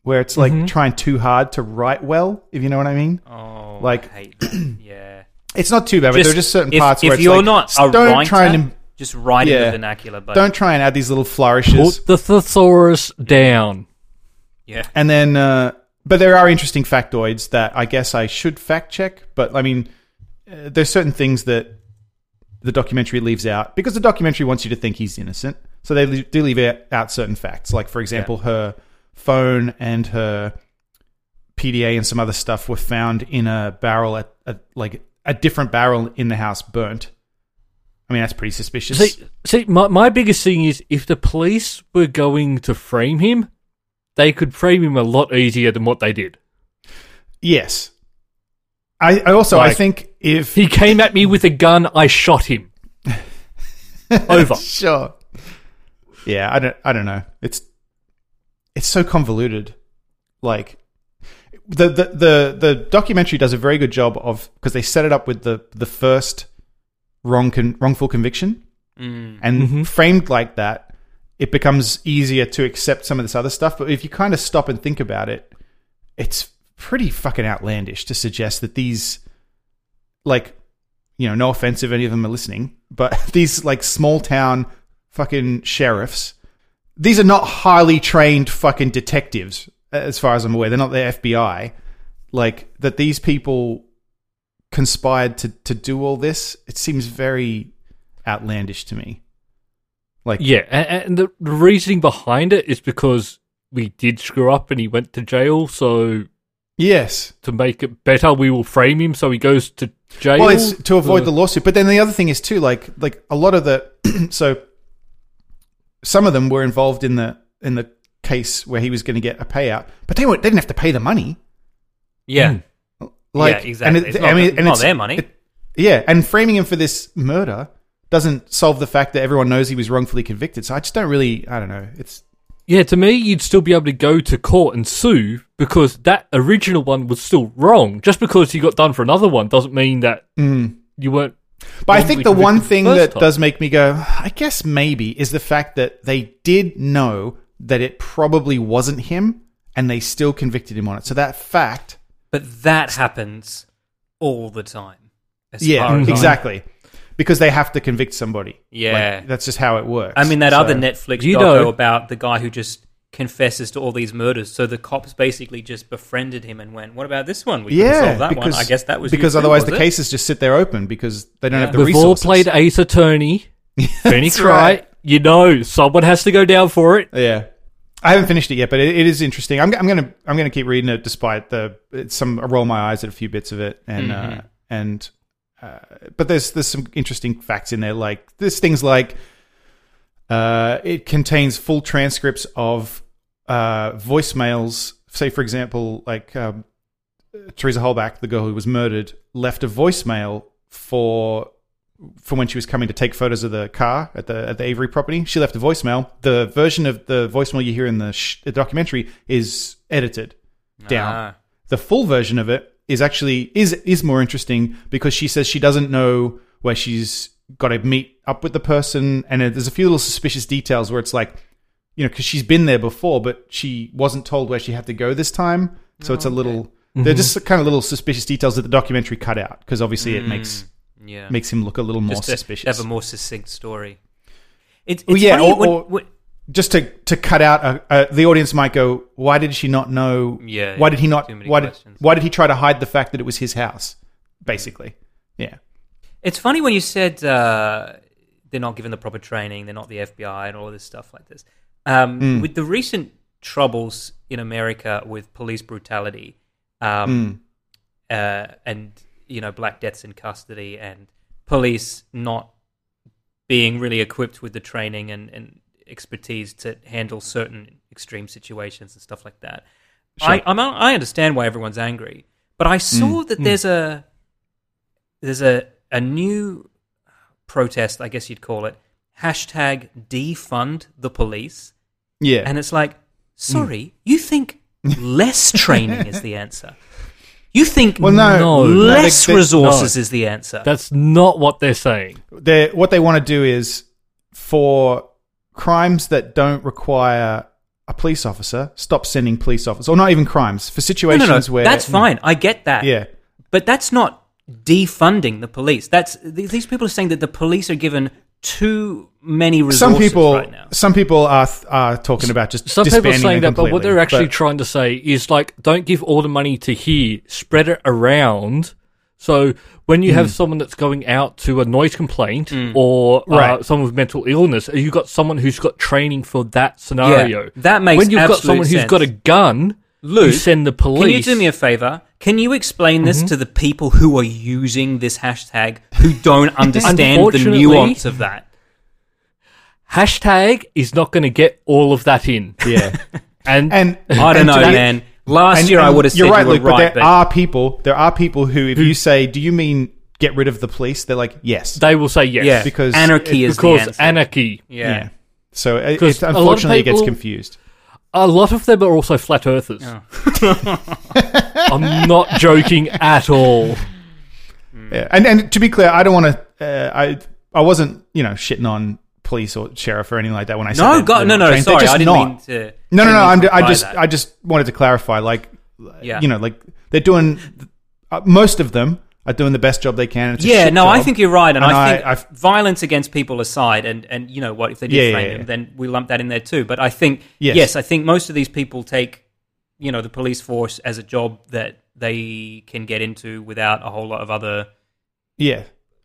S4: where it's like
S3: Mm-hmm.
S2: Mhm.
S4: trying too hard to write well if you know what i mean
S3: Oh,
S4: Like-
S3: I hate that. yeah.
S4: it's not too bad but there are just certain
S3: if,
S4: parts
S3: if
S4: where it's
S3: you're
S4: like,
S3: not
S4: s-
S3: a
S4: don't
S3: writer,
S4: try and
S3: just write in
S4: Yeah.
S3: the vernacular. But
S4: don't try and add these little flourishes
S2: Put the thesaurus down.
S3: yeah,
S4: and then uh, but there are interesting factoids that I guess I should fact check. But I mean, uh, there's certain things that the documentary leaves out because the documentary wants you to think he's innocent, so they le- do leave out- out certain facts, like for example, her phone and her PDA and some other stuff were found in a barrel at, at like a different barrel in the house burnt. I mean, that's pretty suspicious.
S2: See, see, my, my biggest thing is if the police were going to frame him, they could frame him a lot easier than what they did.
S4: yes. I, I also I
S2: Like-
S4: think if
S2: He came at me with a gun. I shot him. Over.
S4: sure. Yeah, I don't. I don't know. It's it's so convoluted. Like the the the, the documentary does a very good job of because they set it up with the the first wrong con, wrongful conviction and framed like that, it becomes easier to accept some of this other stuff. But if you kind of stop and think about it, it's pretty fucking outlandish to suggest that these, like, you know, no offense if any of them are listening, but these, like, small town fucking sheriffs, these are not highly trained fucking detectives, as far as I'm aware. They're not the FBI. Like, that these people conspired to, to do all this, it seems very outlandish to me. Like,
S2: Yeah, and, and the, the reasoning behind it is because we did screw up and he went to jail, so
S4: Yes.
S2: to make it better. We will frame him so he goes to jail.
S4: Well, it's to avoid
S2: Uh,
S4: the lawsuit. But then the other thing is too, like like a lot of the so some of them were involved in the in the case where he was going to get a payout, but they, were, they didn't have to pay the money. Hmm.
S3: Yeah.
S4: Like
S3: Yeah, exactly. It's not- it's not their money.
S4: yeah, and framing him for this murder doesn't solve the fact that everyone knows he was wrongfully convicted. So I just don't really, I don't know. It's
S2: Yeah, to me, you'd still be able to go to court and sue because that original one was still wrong. Just because you got done for another one doesn't mean that
S4: Mm.
S2: you weren't.
S4: But I
S2: wrongly
S4: think the one
S2: convicted
S4: thing
S2: first
S4: that
S2: time.
S4: does make me go, I guess maybe, is the fact that they did know that it probably wasn't him and they still convicted him on it. So that fact,
S3: But that happens all the time. as far
S4: yeah,
S3: as I-
S4: exactly. Because they have to convict somebody.
S3: Yeah.
S4: Like, that's just how it works.
S3: I mean, that
S4: So-
S3: other Netflix
S2: You
S3: doco
S2: know-
S3: about the guy who just confesses to all these murders. So the cops basically just befriended him and went, "What about this one? We can
S4: Yeah,
S3: solve that
S4: because,
S3: one. I guess that was you
S4: because
S3: too,
S4: otherwise
S3: was
S4: the
S3: it?"
S4: cases just sit there open because they don't have the
S2: We've
S4: resources.
S2: all played Ace Attorney, Phoenix
S4: That's
S2: Wright. You know, someone has to go down for it.
S4: Yeah. I haven't finished it yet, but it, it is interesting. I'm, I'm gonna I'm gonna keep reading it despite the it's some I roll my eyes at a few bits of it and
S3: Mm-hmm.
S4: uh, and uh, but there's there's some interesting facts in there like there's things like uh, it contains full transcripts of uh, voicemails. Say for example, like um, Teresa Holbach, the girl who was murdered, left a voicemail for from when she was coming to take photos of the car at the at the Avery property. She left a voicemail. The version of the voicemail you hear in the, sh- the documentary is edited down.
S3: Ah.
S4: The full version of it is actually is is more interesting because she says she doesn't know where she's got to meet up with the person, and it, there's a few little suspicious details where it's like, you know, because she's been there before, but she wasn't told where she had to go this time. So
S3: Oh,
S4: it's a little.
S3: Mm-hmm.
S4: They're just kind of little suspicious details that the documentary cut out because obviously it
S3: Mm.
S4: makes
S3: Yeah,
S4: makes him look a little more
S3: just to
S4: suspicious.
S3: Have a more succinct story. It's, it's
S4: Well, yeah,
S3: funny
S4: or-
S3: when-
S4: or-
S3: when-
S4: just to to cut out a, a, the audience might go why did she not know
S3: Yeah,
S4: why
S3: yeah,
S4: did he not
S3: too many
S4: why did,
S3: questions. Mm.
S4: why did he try to hide the fact that it was his house basically yeah
S3: It's funny when you said uh, they're not given the proper training, they're not the FBI, and all of this stuff like this. Um, With the recent troubles in America with police brutality, um, uh, and you know black deaths in custody, and police not being really equipped with the training and, and expertise to handle certain extreme situations and stuff like that. I, I'm, I understand why everyone's angry, but I saw that there's a there's a, a new protest, I guess you'd call it, hashtag defund the police.
S4: yeah Hmm.
S3: And it's like, sorry, you think less training is the answer. You think
S4: Well, no. No.
S3: less
S4: No, they- they-
S3: resources is the answer.
S2: That's not what they're saying.
S4: they what they want to do is for crimes that don't require a police officer stop sending police officers or not even crimes for
S3: no, no,
S4: situations
S3: no.
S4: where
S3: That's fine. I get that.
S4: yeah
S3: But that's not defunding the police. That's th- these people are saying that the police are given too many resources
S4: some people
S3: right now.
S4: some people are are talking about just
S2: Some people are
S4: disbanding
S2: saying
S4: them
S2: that, but what
S4: completely,
S2: they're actually trying to say is like, don't give all the money to here, spread it around. So when you
S3: Hmm.
S2: have someone that's going out to a noise complaint or uh,
S4: Right.
S2: someone with mental illness, you've got someone who's got training for that scenario.
S3: that makes
S2: When you've got
S3: absolute
S2: someone who's
S3: sense.
S2: got a gun, you
S3: Luke,
S2: send the police.
S3: Can you do me a favor? Can you explain
S4: Mm-hmm.
S3: this to the people who are using this hashtag who don't understand the
S2: Unfortunately-
S3: nuance of that?
S2: Hashtag is not going to get all of that in.
S4: yeah
S2: And,
S4: and
S3: I don't
S4: and
S3: know,
S4: to-
S3: man. Last year I would have said
S4: you're right,
S3: you were
S4: Luke,
S3: right, Hmm.
S4: but there are people. There are people who, if you say, "Do you mean get rid of the police?" They're like, "Yes."
S2: they will say yes.
S3: yeah,
S4: because-
S3: because anarchy is
S2: because
S3: the answer.
S2: anarchy.
S3: yeah.
S4: So uh, it,
S2: 'Cause
S4: it,
S2: a lot of
S4: unfortunately, it gets
S2: people-
S4: confused.
S2: A lot of them are also flat earthers. I'm not joking at all.
S4: Yeah. And and to be clear, I don't want to. Uh, I I wasn't you know shitting on police or sheriff or anything like that when I said
S3: No,
S4: they're-
S3: God,
S4: they're
S3: no,
S4: not
S3: no.
S4: trained. They're
S3: Sorry,
S4: just
S3: I didn't
S4: not.
S3: mean to.
S4: No, no, no. I'm,
S3: didn't mean to
S4: I
S3: imply
S4: just,
S3: that.
S4: I just wanted to clarify. Like,
S3: Yeah.
S4: you know, like they're doing uh, most of them are doing the best job they can. It's a
S3: yeah,
S4: shit
S3: no, I
S4: job.
S3: think you're right, and,
S4: And
S3: I,
S4: I-
S3: think
S4: I've-
S3: violence against people aside, and and you know what, if they did
S4: Yeah, yeah,
S3: frame
S4: yeah.
S3: him, then we lump that in there too. But I think
S4: Yes.
S3: yes. I think most of these people take you know the police force as a job that they can get into without a whole lot of other
S4: Yeah.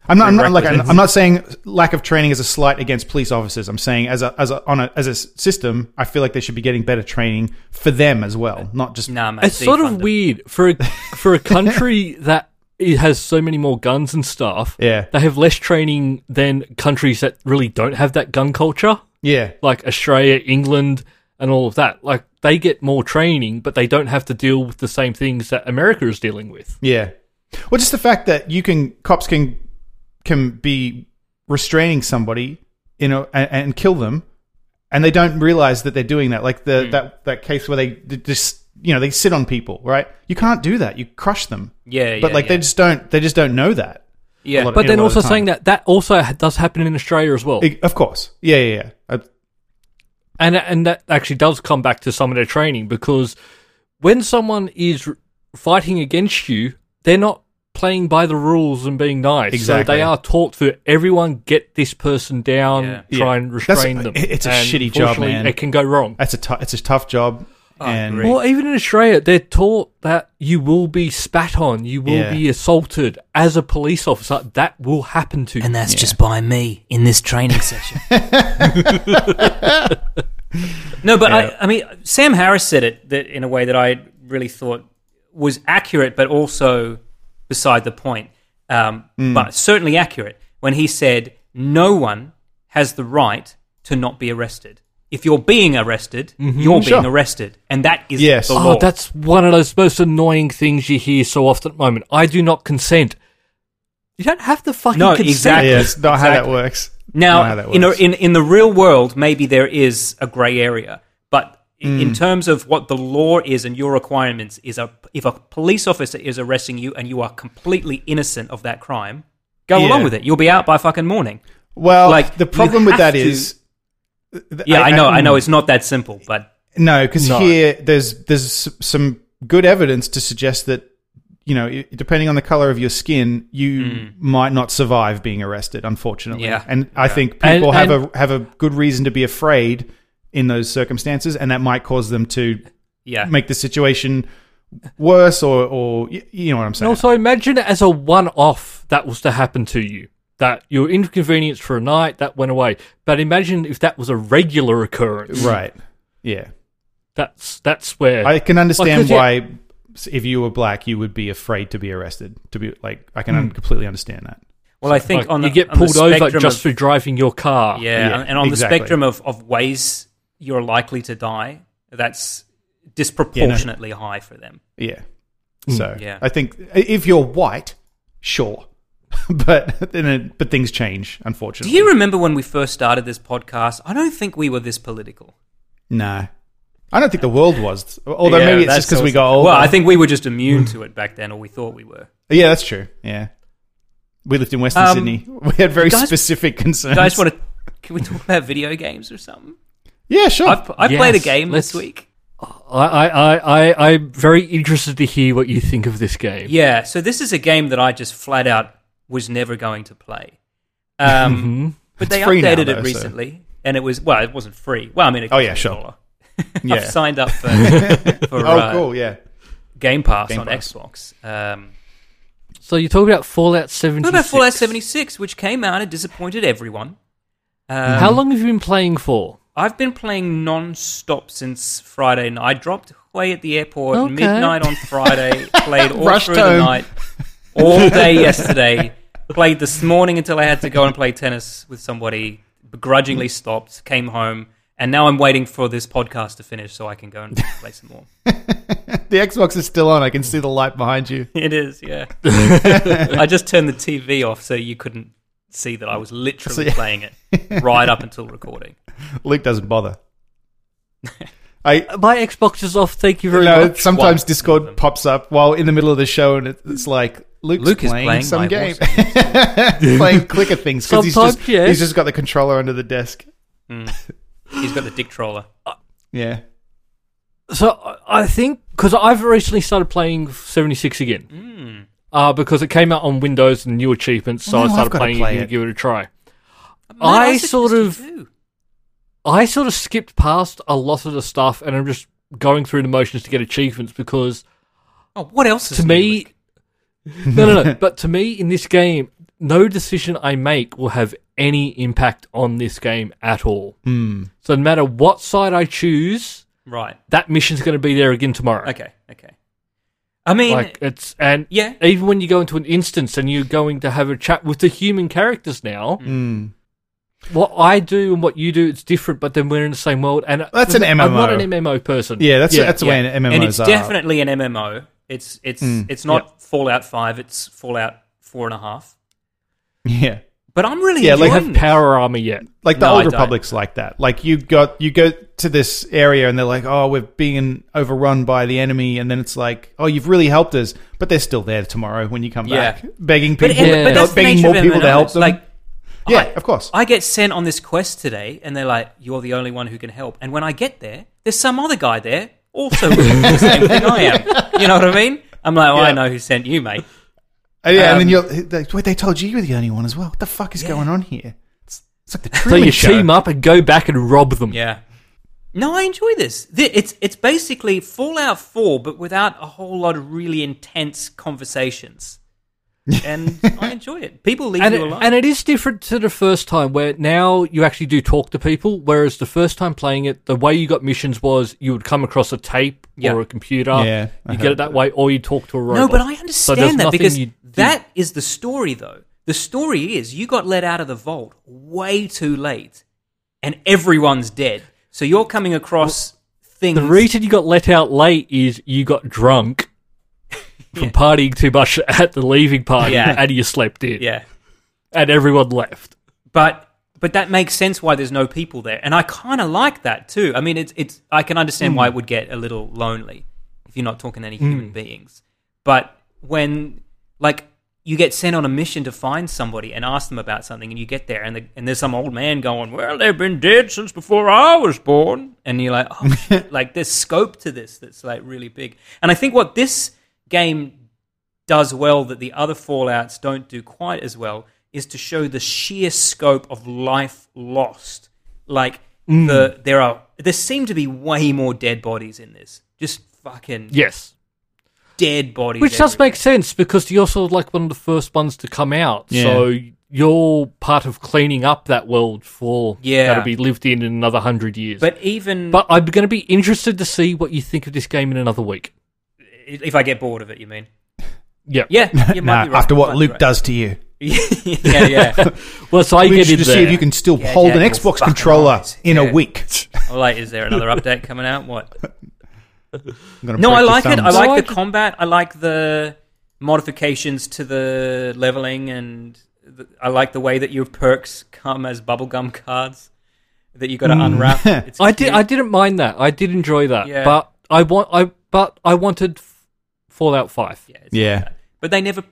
S4: I'm not, I'm not like I'm,
S3: Prerequisites.
S4: I'm not saying lack of training is a slight against police officers. I'm saying as a as a on a as a system, I feel like they should be getting better training for them as well, not just
S3: Nah, mate,
S2: It's sort
S3: defund
S2: of
S3: them.
S2: weird for a, for a country that it has so many more guns and stuff.
S4: Yeah.
S2: they have less training than countries that really don't have that gun culture,
S4: yeah.
S2: like Australia, England, and all of that. Like they get more training, but they don't have to deal with the same things that America is dealing with.
S4: Yeah. Well, just the fact that you can cops can can be restraining somebody, you know, and, and kill them, and they don't realize that they're doing that. Like
S3: Hmm.
S4: the that that case where they d- just you know they sit on people, right? You can't do that. You crush them.
S3: Yeah,
S4: But
S3: yeah,
S4: like
S3: yeah.
S4: they just don't they just don't know that.
S3: Yeah,
S4: lot of-
S3: but
S2: But
S4: Yeah,
S2: then
S4: a lot of
S2: also
S4: the
S2: saying
S4: time.
S2: that that also ha- does happen in Australia as well,
S4: It- of course. Yeah, yeah, Uh, yeah. I-
S2: and and that actually does come back to some of their training because when someone is r- fighting against you, they're not playing by the rules and being nice. So
S4: Exactly.
S2: they are taught to everyone get this person down,
S3: Yeah.
S2: try
S4: Yeah.
S2: and
S4: That's-
S2: restrain them.
S4: it- it's a
S2: And
S4: shitty job,
S2: unfortunately,
S4: man.
S2: It can go wrong.
S4: That's a tou- it's a tough job. and
S3: agree.
S2: Well, even in Australia, they're taught that you will be spat on, you will
S4: Yeah.
S2: be assaulted as a police officer. That will happen to you.
S3: and that's just by me in this training session. no, but I, I mean, Sam Harris said it that in a way that I really thought was accurate, but also beside the point, um,
S4: Hmm.
S3: but certainly accurate when he said, "No one has the right to not be arrested. If you're being arrested, you're
S4: Mm-hmm. Sure.
S3: being arrested, and that is
S4: Yes.
S3: the
S4: Oh,
S2: Oh,
S3: law."
S2: that's one of those most annoying things you hear so often at the moment. I do not consent. You don't have to fucking
S3: No,
S2: consent.
S3: exactly.
S4: yeah, it's not how that
S3: Exactly.
S4: works. Not how
S3: Now,
S4: that
S3: in, a,
S4: works.
S3: in in the real world, maybe there is a grey area, but i- in terms of what the law is and your requirements is, a if a police officer is arresting you and you are completely innocent of that crime, go
S4: Yeah.
S3: along with it. You'll be out by fucking morning.
S4: well,
S3: like,
S4: like the
S3: you
S4: problem with
S3: have
S4: that
S3: to-
S4: is, th- mm,
S3: Yeah, I, know, I, know, it's not that simple, but
S4: No, because
S2: No.
S4: here there's there's s- some good evidence to suggest that you know, i- depending on the color of your skin, you might not survive being arrested. Unfortunately,
S3: Hmm. Yeah.
S4: and I think
S2: And-
S4: people have
S2: and-
S4: a have a good reason to be afraid in those circumstances, and that might cause them to
S3: yeah,
S4: make the situation worse, or or y- you know what I'm
S2: And
S4: saying?
S2: also, imagine it as a one off that was to happen to you. That you were inconvenienced for a night, that went away. But imagine if that was a regular occurrence.
S4: right? Yeah,
S2: That's that's where
S4: I can understand
S2: 'cause, yeah.
S4: why. s- If you were black, you would be afraid to be arrested. To be like, I can un- completely understand that.
S3: well, I think
S2: like,
S3: on the,
S2: you get
S3: on the
S2: pulled over
S3: spectrum
S2: just
S3: of-
S2: for driving your car.
S3: Yeah,
S4: Yeah,
S3: and- and on
S4: exactly.
S3: the spectrum of, of ways you're likely to die, that's disproportionately high for them.
S4: Yeah. So
S3: Yeah.
S4: I think if you're white, sure, but then it, but things change.
S3: Do
S4: Unfortunately,
S3: you remember when we first started this podcast? I don't think we were this political.
S4: no, I don't think the world was. Although maybe it's just because we got older.
S3: Well, I think we were just immune to it back then, or we thought we were.
S4: yeah, that's true. Yeah, we lived in Western
S3: Um,
S4: Sydney. We had very
S3: guys-
S4: specific concerns.
S3: Guys, want to? Can we talk about video games or something?
S4: yeah, sure.
S3: I've, I
S2: Yes,
S3: played a game
S2: let's-
S3: this week.
S2: I, I, I, I, I'm very interested to hear what you think of this game.
S3: Yeah, so this is a game that I just flat out was never going to play. Um, but they
S4: free now,
S3: updated
S4: though, so-
S3: it recently, and it was well, it wasn't free. Well, I mean, it
S4: Oh, yeah,
S3: cost a
S4: sure.
S3: dollar.
S4: yeah.
S3: I've signed up for, for
S4: oh,
S3: uh,
S4: cool. Yeah.
S3: Game Pass
S4: Game
S3: on
S4: Pass.
S3: Xbox. Um,
S2: So you talk about Fallout 76.
S3: what about Fallout seventy six, which came out and disappointed everyone? Um,
S2: Mm-hmm. How long have you been playing for?
S3: I've been playing non-stop since Friday night. I dropped Huey at the airport
S2: Okay.
S3: midnight on Friday. Played all
S4: Rushed
S3: through the
S4: home.
S3: night, all day yesterday. Played this morning until I had to go and play tennis with somebody. Begrudgingly stopped. Came home, and now I'm waiting for this podcast to finish so I can go and play some more.
S4: The Xbox is still on. I can see the light behind you.
S3: It is, yeah. I just turned the TV off so you couldn't see that I was literally
S4: See-
S3: playing it right up until recording.
S4: Luke doesn't bother. I
S2: My Xbox is off. Thank you very
S4: no.
S2: much.
S4: Sometimes
S3: Well,
S4: Discord pops up while in the middle of the show, and it- it's like Luke's
S3: Luke is
S4: playing,
S3: playing
S4: some
S3: my
S4: game.
S3: Warzone.
S4: playing clicker things because he's
S2: Sometimes,
S4: just
S2: yes.
S4: he's just got the controller under the desk.
S3: He's got the dick troller.
S4: Yeah,
S2: So I- I think because I've recently started playing 76 again,
S4: Hmm.
S2: uh, because it came out on Windows and new achievements, so
S4: Oh,
S2: I
S4: I've
S2: started
S4: gotta
S2: playing
S4: play
S2: it
S4: it.
S2: and give it a try.
S3: Man,
S2: I
S3: said
S2: sort of-
S3: 62.
S2: I sort of skipped past a lot of the stuff, and I'm just going through the motions to get achievements because
S3: Oh, what else is
S2: to
S3: new,
S2: me,
S3: Luke?
S2: no, no, no. but to me, in this game, no decision I make will have any impact on this game at all.
S4: Hmm.
S2: So no matter what side I choose,
S3: Right.
S2: that mission's going to be there again tomorrow.
S3: Okay. Okay. I mean,
S2: Like it's and
S3: Yeah.
S2: even when you go into an instance and you're going to have a chat with the human characters now,
S3: Mm.
S2: Mm. what I do and what you do it's different, but then we're in the same world. And
S4: That's an
S2: I'm not
S4: MMO.
S2: an MMO person.
S4: Yeah, that's that's the way an MMOs
S3: and it's
S4: are.
S3: definitely an MMO. It's it's it's not Fallout Five. It's Fallout four and a half.
S4: yeah.
S3: But I'm really
S4: Yeah,
S2: I
S4: like-
S3: enjoying
S2: have
S3: this.
S2: power armor yet.
S4: Like the
S3: No, I
S4: old
S3: don't.
S4: republics, like that. Like you got you go to this area and they're like, oh, we're being overrun by the enemy, and then it's like, oh, you've really helped us, but they're still there tomorrow when you come
S3: Yeah.
S4: back, begging
S3: But,
S4: people,
S3: and- but that's the
S4: begging
S3: nature
S4: more
S3: of
S4: people to
S3: MMOs.
S4: help them.
S3: Like
S4: yeah,
S3: I-
S4: of course.
S3: I get sent on this quest today, and they're like, "You're the only one who can help." And when I get there, there's some other guy there also doing the same thing I am. You know what I mean? I'm like, well,
S4: Yeah.
S3: "I know who sent you, mate."
S4: Uh, yeah, and then
S3: um,
S4: you're like, wait, they told you you were the only one as well. What the fuck is going on here? It's, it's like the
S2: So
S4: Truman
S2: you
S4: Show.
S2: team up and go back and rob them.
S3: Yeah. No, I enjoy this. Th- It's it's basically Fallout 4, but without a whole lot of really intense conversations. And I enjoy it. People leave
S2: and
S3: you
S2: it,
S3: alone.
S2: and it is different to the first time where now you actually do talk to people whereas the first time playing it the way you got missions was you would come across a tape
S3: Yeah.
S2: or a computer
S4: Yeah, I
S2: you get it
S4: heard
S2: that way or you talk to a robot
S3: no, but I
S2: So
S3: understand
S2: there's
S3: that
S2: nothing
S3: because
S2: you do.
S3: that is the story, though. The story is you got let out of the vault way too late, and everyone's dead. So you're coming across things.
S2: the reason you got let out late is you got drunk from partying too much at the leaving party
S3: Yeah.
S2: and you slept in
S3: yeah.
S2: and everyone left
S3: but but that makes sense why there's no people there and i kind of like that too i mean it's it's i can understand
S2: Hmm.
S3: why it would get a little lonely if you're not talking to any human beings but when like you get sent on a mission to find somebody and ask them about something and you get there and, the, and there's some old man going well they've been dead since before i was born and you're like oh shit. like there's scope to this that's like really big and i think what this game does well that the other Fallouts don't do quite as well is to show the sheer scope of life lost. Like
S2: Mm.
S3: the there are there seem to be way more dead bodies in this. Just fucking
S2: yes
S3: dead bodies.
S2: Which does
S3: everywhere.
S2: make sense because you're sort of like one of the first ones to come out.
S4: Yeah.
S2: So you're part of cleaning up that world for
S3: Yeah.
S2: that'll be lived in in another hundred years.
S3: But even
S2: But I'm going to be interested to see what you think of this game in another week.
S3: if I get bored of it, you mean?
S2: Yeah.
S3: Yeah, you might
S4: Nah,
S3: be right.
S4: after
S3: You
S4: what
S3: might be
S4: Luke
S3: right.
S4: does to you,
S3: yeah, yeah.
S2: Well, so I
S4: we
S2: get
S4: should
S2: in
S4: just
S2: there.
S4: see if you can still
S3: Yeah,
S4: hold
S3: Jack,
S4: an
S3: your
S4: Xbox
S3: fucking
S4: controller
S3: eyes.
S4: in
S3: Yeah.
S4: a week.
S3: Or like, is there another update coming out? What?
S4: I'm gonna
S3: No,
S4: break
S3: I
S4: your
S3: like it. I
S4: thumbs.
S2: No, I
S3: like the
S2: can-
S3: combat. I like the modifications to the leveling, and the, I like the way that your perks come as bubblegum cards that you got to
S4: Mm.
S3: unwrap. It's
S2: I did.
S3: cute.
S2: I didn't mind that. I did enjoy that.
S3: Yeah.
S2: But I want. I but I wanted F- Fallout Five.
S3: yeah, it's
S4: Yeah.
S3: like that. but they never,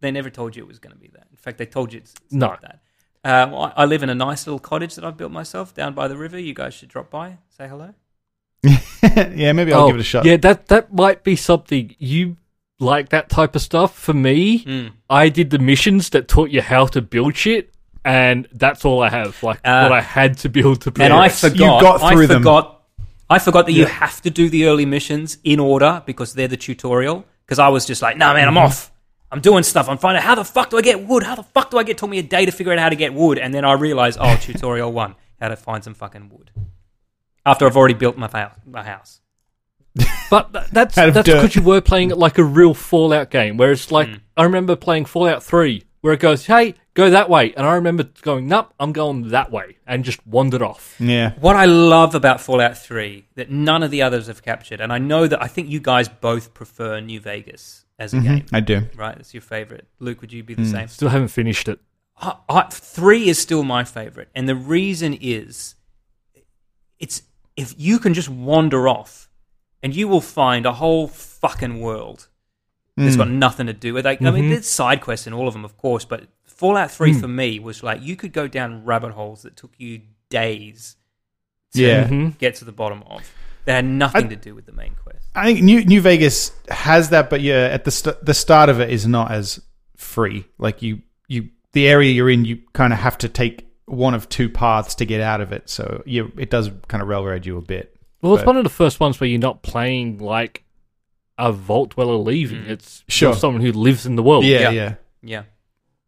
S3: they never told you it was going to be that. In fact, they told you it's, it's
S2: No.
S3: not that. Uh, well, I I live in a nice little cottage that I've built myself down by the river. You guys should drop by, say hello.
S4: yeah, maybe I'll
S2: Oh,
S4: give it a shot.
S2: Yeah, that that might be something you like that type of stuff. For me,
S3: Hmm.
S2: I did the missions that taught you how to build shit, and that's all I have. Like
S3: Uh,
S2: what I had to build to progress.
S3: and I forgot.
S4: got through
S3: I
S4: them.
S3: forgot. I forgot that you
S2: Yeah.
S3: have to do the early missions in order because they're the tutorial. Because I was just like, nah, man, I'm
S4: Mm-hmm.
S3: off. I'm doing stuff. I'm finding how the fuck do I get wood? How the fuck do I get? It took me a day to figure out how to get wood, and then I realized, oh, tutorial one, how to find some fucking wood. After I've already built my, fa- my house.
S2: But th- that's
S4: Out of
S2: that's
S4: dirt.
S2: because you were playing it like a real Fallout game, where it's
S3: Hmm.
S2: like I remember playing Fallout Three, where it goes, "Hey, go that way," and I remember going, "Nope, I'm going that way," and just wandered off.
S4: Yeah.
S3: What I love about Fallout 3 that none of the others have captured, and I know that I think you guys both prefer New Vegas as a game,
S4: Mm-hmm. I Mm. do.
S3: right? It's your favorite. Luke, would you be the same?
S2: Still haven't finished it.
S3: I, I, three is still my favorite, and the reason is, it's if you can just wander off, and you will find a whole fucking world
S4: Hmm.
S3: that's got nothing to do with. Like, I mean, there's side quests in all of them, of course, but Fallout Three for me was like you could go down rabbit holes that took you days to
S4: Yeah.
S2: Mm-hmm.
S3: get to the bottom of. They had nothing to do with the main quest.
S4: I think New New Vegas has that, but yeah, at the st- the start of it is not as free. Like you, you the area you're in, you kind of have to take one of two paths to get out of it. So you, it does kind of railroad you a bit.
S2: Well, it's
S4: But-
S2: one of the first ones where you're not playing like a vault dweller leaving. It's
S4: Mm. Sure.
S2: you're someone who lives in the world.
S4: Yeah,
S3: Oh, Yeah.
S4: yeah.
S3: Yeah,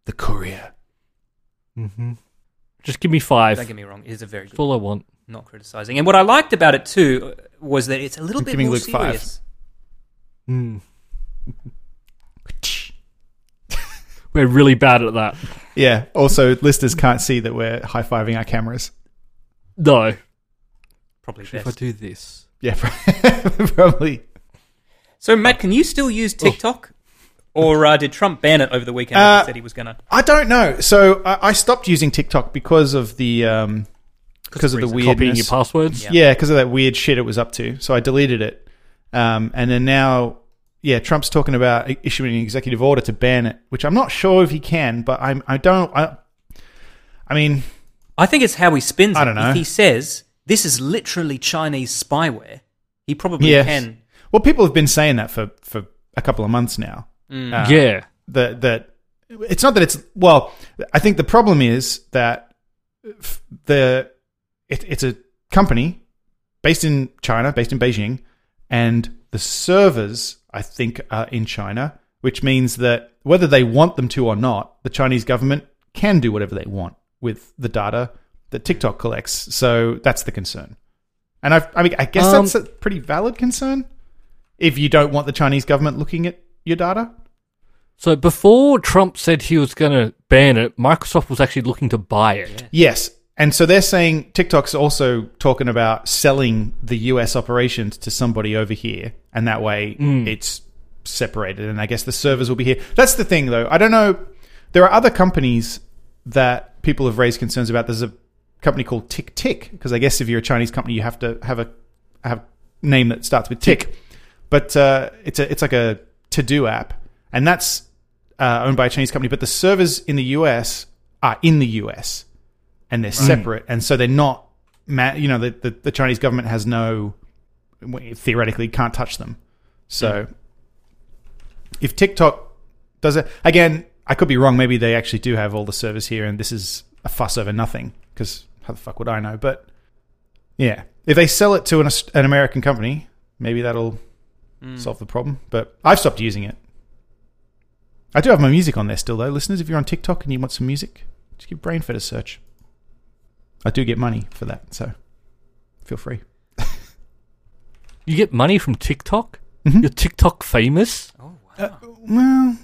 S4: The Courier.
S2: Just give me five.
S3: Don't get me wrong, it is a very
S2: That's
S3: good
S2: all I want.
S3: not criticizing. And what I liked about it too uh, was that it's a little
S4: I'm
S3: bit
S4: giving
S3: more
S4: Luke five.
S3: serious.
S2: Mm. We're really bad at that.
S4: Yeah. Also, listeners can't see that we're high fiving our cameras.
S2: No.
S3: Probably
S2: If I
S3: best.
S2: do this,
S4: Yeah, probably.
S3: So Matt, can you still use TikTok? Or uh, did Trump ban it over the weekend?
S4: Oh. Uh,
S3: he said he was gonna.
S4: I don't know. So I, I stopped using TikTok because of the um, because of the
S3: reason.
S4: weirdness.
S2: copying your passwords.
S3: Yeah.
S4: Yeah, because of that weird shit it was up to. So I deleted it. Um, and then now, yeah, Trump's talking about i- issuing an executive order to ban it, which I'm not sure if he can, but I'm, I don't. I, I mean,
S3: I think it's how he spins it.
S4: I don't know.
S3: If he says this is literally Chinese spyware, he probably
S4: yes.
S3: can.
S4: Well, people have been saying that for, for a couple of months now. Uh,
S2: Yeah.
S4: that that it's not that it's well i think the problem is that f- the it, it's a company based in china based in beijing and the servers i think are in china which means that whether they want them to or not the chinese government can do whatever they want with the data that tiktok collects so that's the concern and i i mean i guess
S2: Um,
S4: that's a pretty valid concern if you don't want the chinese government looking at your data
S2: So before Trump said he was going to ban it, Microsoft was actually looking to buy it.
S4: Yes. And so they're saying TikTok's also talking about selling the US operations to somebody over here. And that way it's separated. And I guess the servers will be here. That's the thing, though. I don't know. There are other companies that people have raised concerns about. There's a company called Tick Tick, because I guess if you're a Chinese company, you have to have a have a name that starts with Tick. But uh, it's, a, it's like a to do app. And that's uh, owned by a Chinese company. But the servers in the US are in the US and they're separate, and so they're not. Ma- you know, the, the the Chinese government has no theoretically can't touch them. So if TikTok does it again, I could be wrong. Maybe they actually do have all the servers here, and this is a fuss over nothing. Because how the fuck would I know? But yeah, if they sell it to an Aus- an American company, maybe that'll solve the problem. But I've stopped using it. I do have my music on there still, though, listeners. If you're on TikTok and you want some music, just give Brainfed a search. I do get money for that, so feel free.
S2: You get money from TikTok?
S4: Mm-hmm.
S2: You're TikTok famous?
S4: Well, I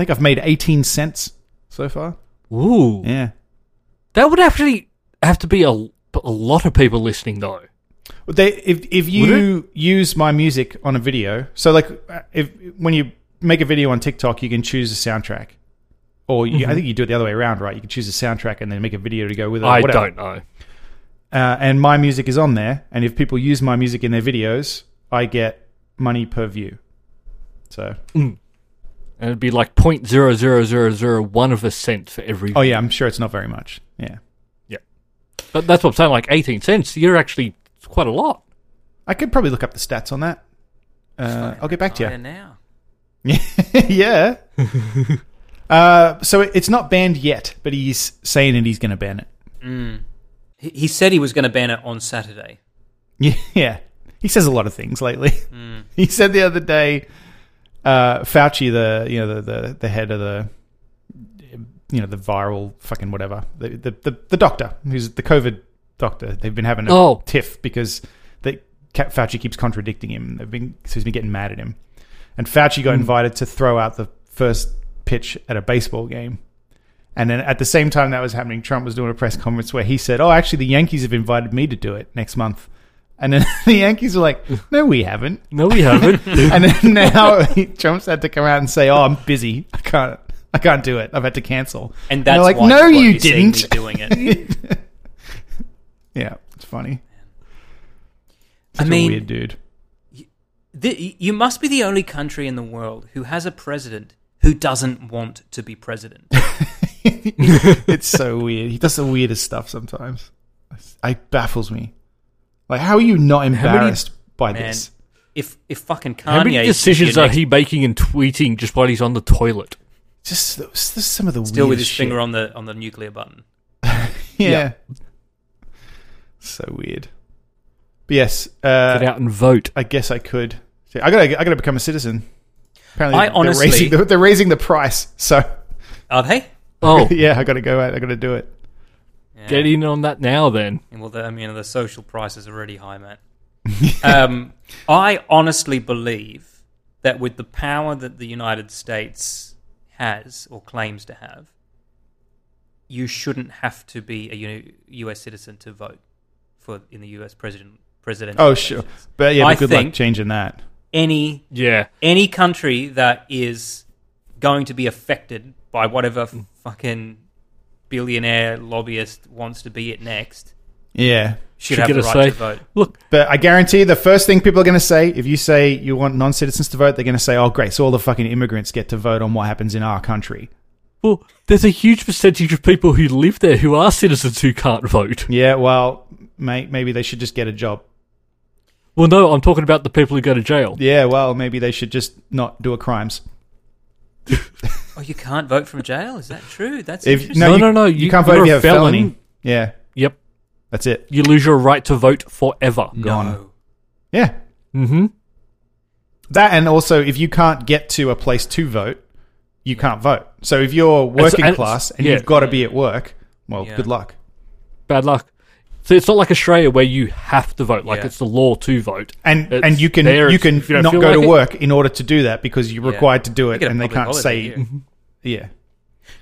S4: think I've made 18 cents so far.
S2: Ooh.
S4: Yeah.
S2: That would actually have to be a, a lot of people listening, though.
S4: Well, They, if if you use my music on a video, so like uh, if when you make a video on TikTok, you can choose a soundtrack, or you, I think you do it the other way around, right? You can choose a soundtrack and then make a video to go with it. or
S2: I
S4: whatever.
S2: don't know.
S4: uh, and my music is on there. And if people use my music in their videos, I get money per view. So,
S2: And it'd be like 0.00001 of a cent for every.
S4: oh yeah, I'm sure it's not very much. Yeah,
S2: But that's what I'm saying, like 18 cents. You're actually it's quite a lot.
S4: I could probably look up the stats on that. Uh, I'll get back to
S3: Right
S4: you.
S3: now.
S4: yeah. uh, so it- it's not banned yet, but he's saying that he's going to ban it.
S3: He, he said he was going to ban it on Saturday.
S4: Yeah, yeah. He says a lot of things lately. He said the other day, uh, Fauci, the you know the, the the head of the you know the viral fucking whatever, the the, the, the doctor who's the COVID doctor. They've been having a
S2: Oh.
S4: tiff because they, Ca- Fauci keeps contradicting him. They've been so he's been getting mad at him, and Fauci got invited to throw out the first pitch at a baseball game. And then at the same time that was happening, Trump was doing a press conference where he said, "Oh, actually, the Yankees have invited me to do it next month." And then the Yankees were like, "No, we haven't."
S2: No, we haven't.
S4: And then now Trump's had to come out and say, "Oh, I'm busy. I can't. I can't do it. I've had to cancel."
S3: And that's
S4: they're like,
S3: why
S4: "No,
S3: won't
S4: you
S3: be seeing me
S4: didn't."
S3: doing it.
S4: Yeah, it's funny.
S3: I
S4: Such
S3: mean,
S4: a weird dude.
S3: The, you must be the only country in the world who has a president who doesn't want to be president.
S4: It's so weird. He does the weirdest stuff sometimes. It baffles me. Like, how are you not
S2: many-
S4: embarrassed by
S3: Man,
S4: this?
S3: if if fucking Kanye,
S2: How many
S3: is
S2: decisions
S3: your
S2: are
S3: next-
S2: he making and tweeting just while he's on the toilet?
S4: Just those- this is some of the
S3: still
S4: weirdest
S3: with his
S4: shit.
S3: finger on the on the nuclear button?
S4: Yeah. So weird. But yes,
S2: Get
S4: uh,
S2: out and vote.
S4: I guess I could. I gotta, I gotta become a citizen. Apparently,
S3: I
S4: they're
S3: honestly-
S4: raising the, they're raising the price. So
S3: Are they?
S2: Oh,
S4: yeah, I got to go out. I got to do it.
S3: Yeah.
S2: get in on that now then.
S3: Well, the, I mean, the social price is already high, Matt. um, I honestly believe that with the power that the United States has or claims to have, you shouldn't have to be a U- U.S. citizen to vote for in the U.S. president presidential.
S4: Oh, sure.
S3: elections.
S4: But yeah,
S3: I
S4: but good luck
S3: think-
S4: changing that.
S3: Any
S2: Yeah.
S3: any country that is going to be affected by whatever f-
S2: Mm.
S3: fucking billionaire lobbyist wants to be it next
S4: Yeah.
S3: should,
S2: Should
S3: have
S2: get
S3: the
S2: a
S3: right
S2: say.
S3: to vote.
S2: Look,
S4: But I guarantee the first thing people are going to say, if you say you want non citizens to vote, they're going to say, oh, great. So all the fucking immigrants get to vote on what happens in our country.
S2: well, there's a huge percentage of people who live there who are citizens who can't vote.
S4: Yeah, well, may- maybe they should just get a job.
S2: Well, no, I'm talking about the people who go to jail.
S4: Yeah, well, maybe they should just not do a crimes.
S3: Oh, you can't vote from jail? Is that true? That's
S4: If,
S3: interesting.
S2: No,
S4: you,
S2: no, no,
S4: You,
S2: you-
S4: can't vote
S2: you're
S4: if you
S2: a
S4: have a felony.
S2: felon.
S4: Yeah,
S2: Yep.
S4: that's it.
S2: You lose your right to vote forever.
S4: Gone. Yeah.
S2: Mm-hmm.
S4: That and also if you can't get to a place to vote, you can't vote. So if you're working
S2: and it's-
S4: class and
S2: yeah.
S4: you've got to be at work, well,
S3: Yeah.
S4: good luck.
S2: Bad luck. So it's not like Australia where you have to vote. Like
S3: Yeah.
S2: it's the law to vote.
S4: And
S2: It's
S4: and you can
S2: there
S4: you
S2: if-
S4: can
S2: if don't
S4: not
S2: feel
S4: go
S2: like
S4: to
S2: it.
S4: work in order to do that because you're
S3: Yeah.
S4: required to do
S3: They
S4: it,
S3: get a
S4: and they
S3: public
S4: can't
S3: holiday
S4: say
S3: here.
S4: yeah.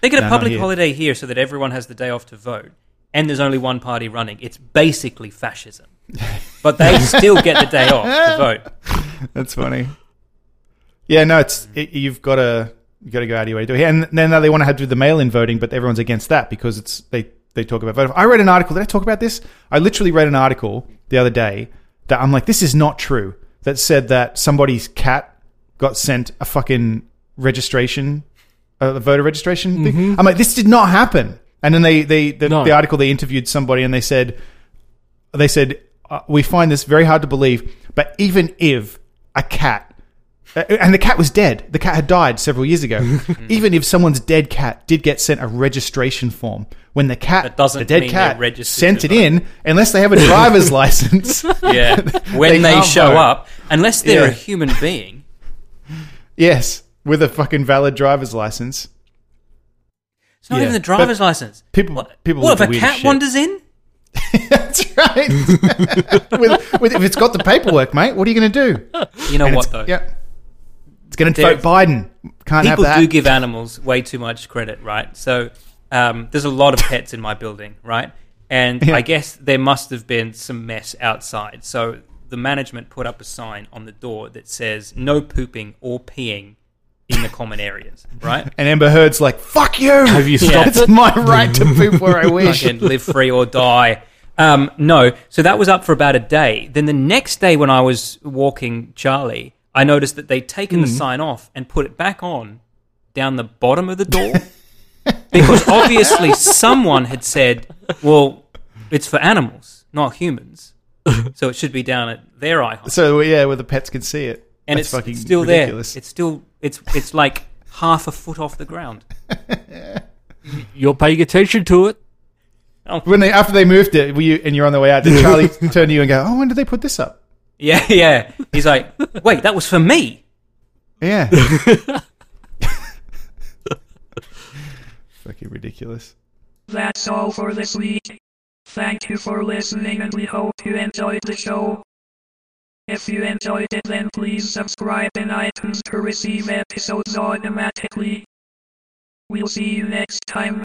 S3: They get a
S4: No, not
S3: public
S4: here.
S3: holiday here so that everyone has the day off to vote, and there's only one party running. It's basically fascism. But they still get the day off to vote.
S4: That's funny. Yeah, no, it's it, you've got to you got to go out of your way to do it. And then now they want to have to do the mail-in voting, but everyone's against that because it's they they talk about voting. I read an article. Did I talk about this? I literally read an article the other day that I'm like, this is not true. That said, that somebody's cat got sent a fucking registration, uh, a voter registration. thing. I'm like, this did not happen. And then they they the,
S2: No.
S4: the article they interviewed somebody and they said they said uh, we find this very hard to believe but even if a cat uh, and the cat was dead the cat had died several years ago even if someone's dead cat did get sent a registration form when the cat
S3: That doesn't
S4: the dead
S3: mean
S4: cat
S3: they're registered
S4: sent
S3: to
S4: it in unless they have a driver's license
S3: Yeah. When
S4: They
S3: they,
S4: can't
S3: show
S4: vote.
S3: up, unless they're
S4: Yeah.
S3: a human being.
S4: yes with a fucking valid driver's license
S3: It's not
S2: Yeah,
S3: even the driver's license.
S4: people-
S3: What,
S4: people
S3: what
S4: with
S3: if a
S4: weird
S3: cat
S4: shit.
S3: wanders in?
S4: that's right with, with, if it's got the paperwork mate what are you going to do
S3: You know
S4: And
S3: Oh, what
S4: it's-
S3: though?
S4: yep it's going to
S3: There-
S4: vote biden can't have
S3: people
S4: that
S3: do give animals way too much credit, right? So um, there's a lot of pets in my building, right? And
S4: Yeah.
S3: I guess there must have been some mess outside. So the management put up a sign on the door that says no pooping or peeing in the common areas, right?
S4: And Amber Heard's like, "Fuck you!
S2: Have you
S3: Yeah.
S2: stopped
S4: It's my right to poop where I wish."
S3: Fucking live free or die. Um, no, so that was up for about a day. Then the next day, when I was walking Charlie, I noticed that they'd taken
S4: Hmm.
S3: the sign off and put it back on down the bottom of the door because obviously someone had said, "Well, it's for animals, not humans, so it should be down at their eye height."
S4: So yeah, where the pets can see it,
S3: and
S4: That's
S3: it's
S4: fucking
S3: it's still
S4: ridiculous.
S3: there. It's still it's it's like half a foot off the ground.
S2: You're paying attention to it.
S4: when they after they moved it, were you and you're on the way out. Did Charlie turn to you and go, "Oh, when did they put this up?"
S3: Yeah, yeah. He's like, "Wait, that was for me."
S4: Yeah. fucking ridiculous.
S5: That's all for this week. Thank you for listening and we hope you enjoyed the show. If you enjoyed it then please subscribe in iTunes to receive episodes automatically. We'll see you next time.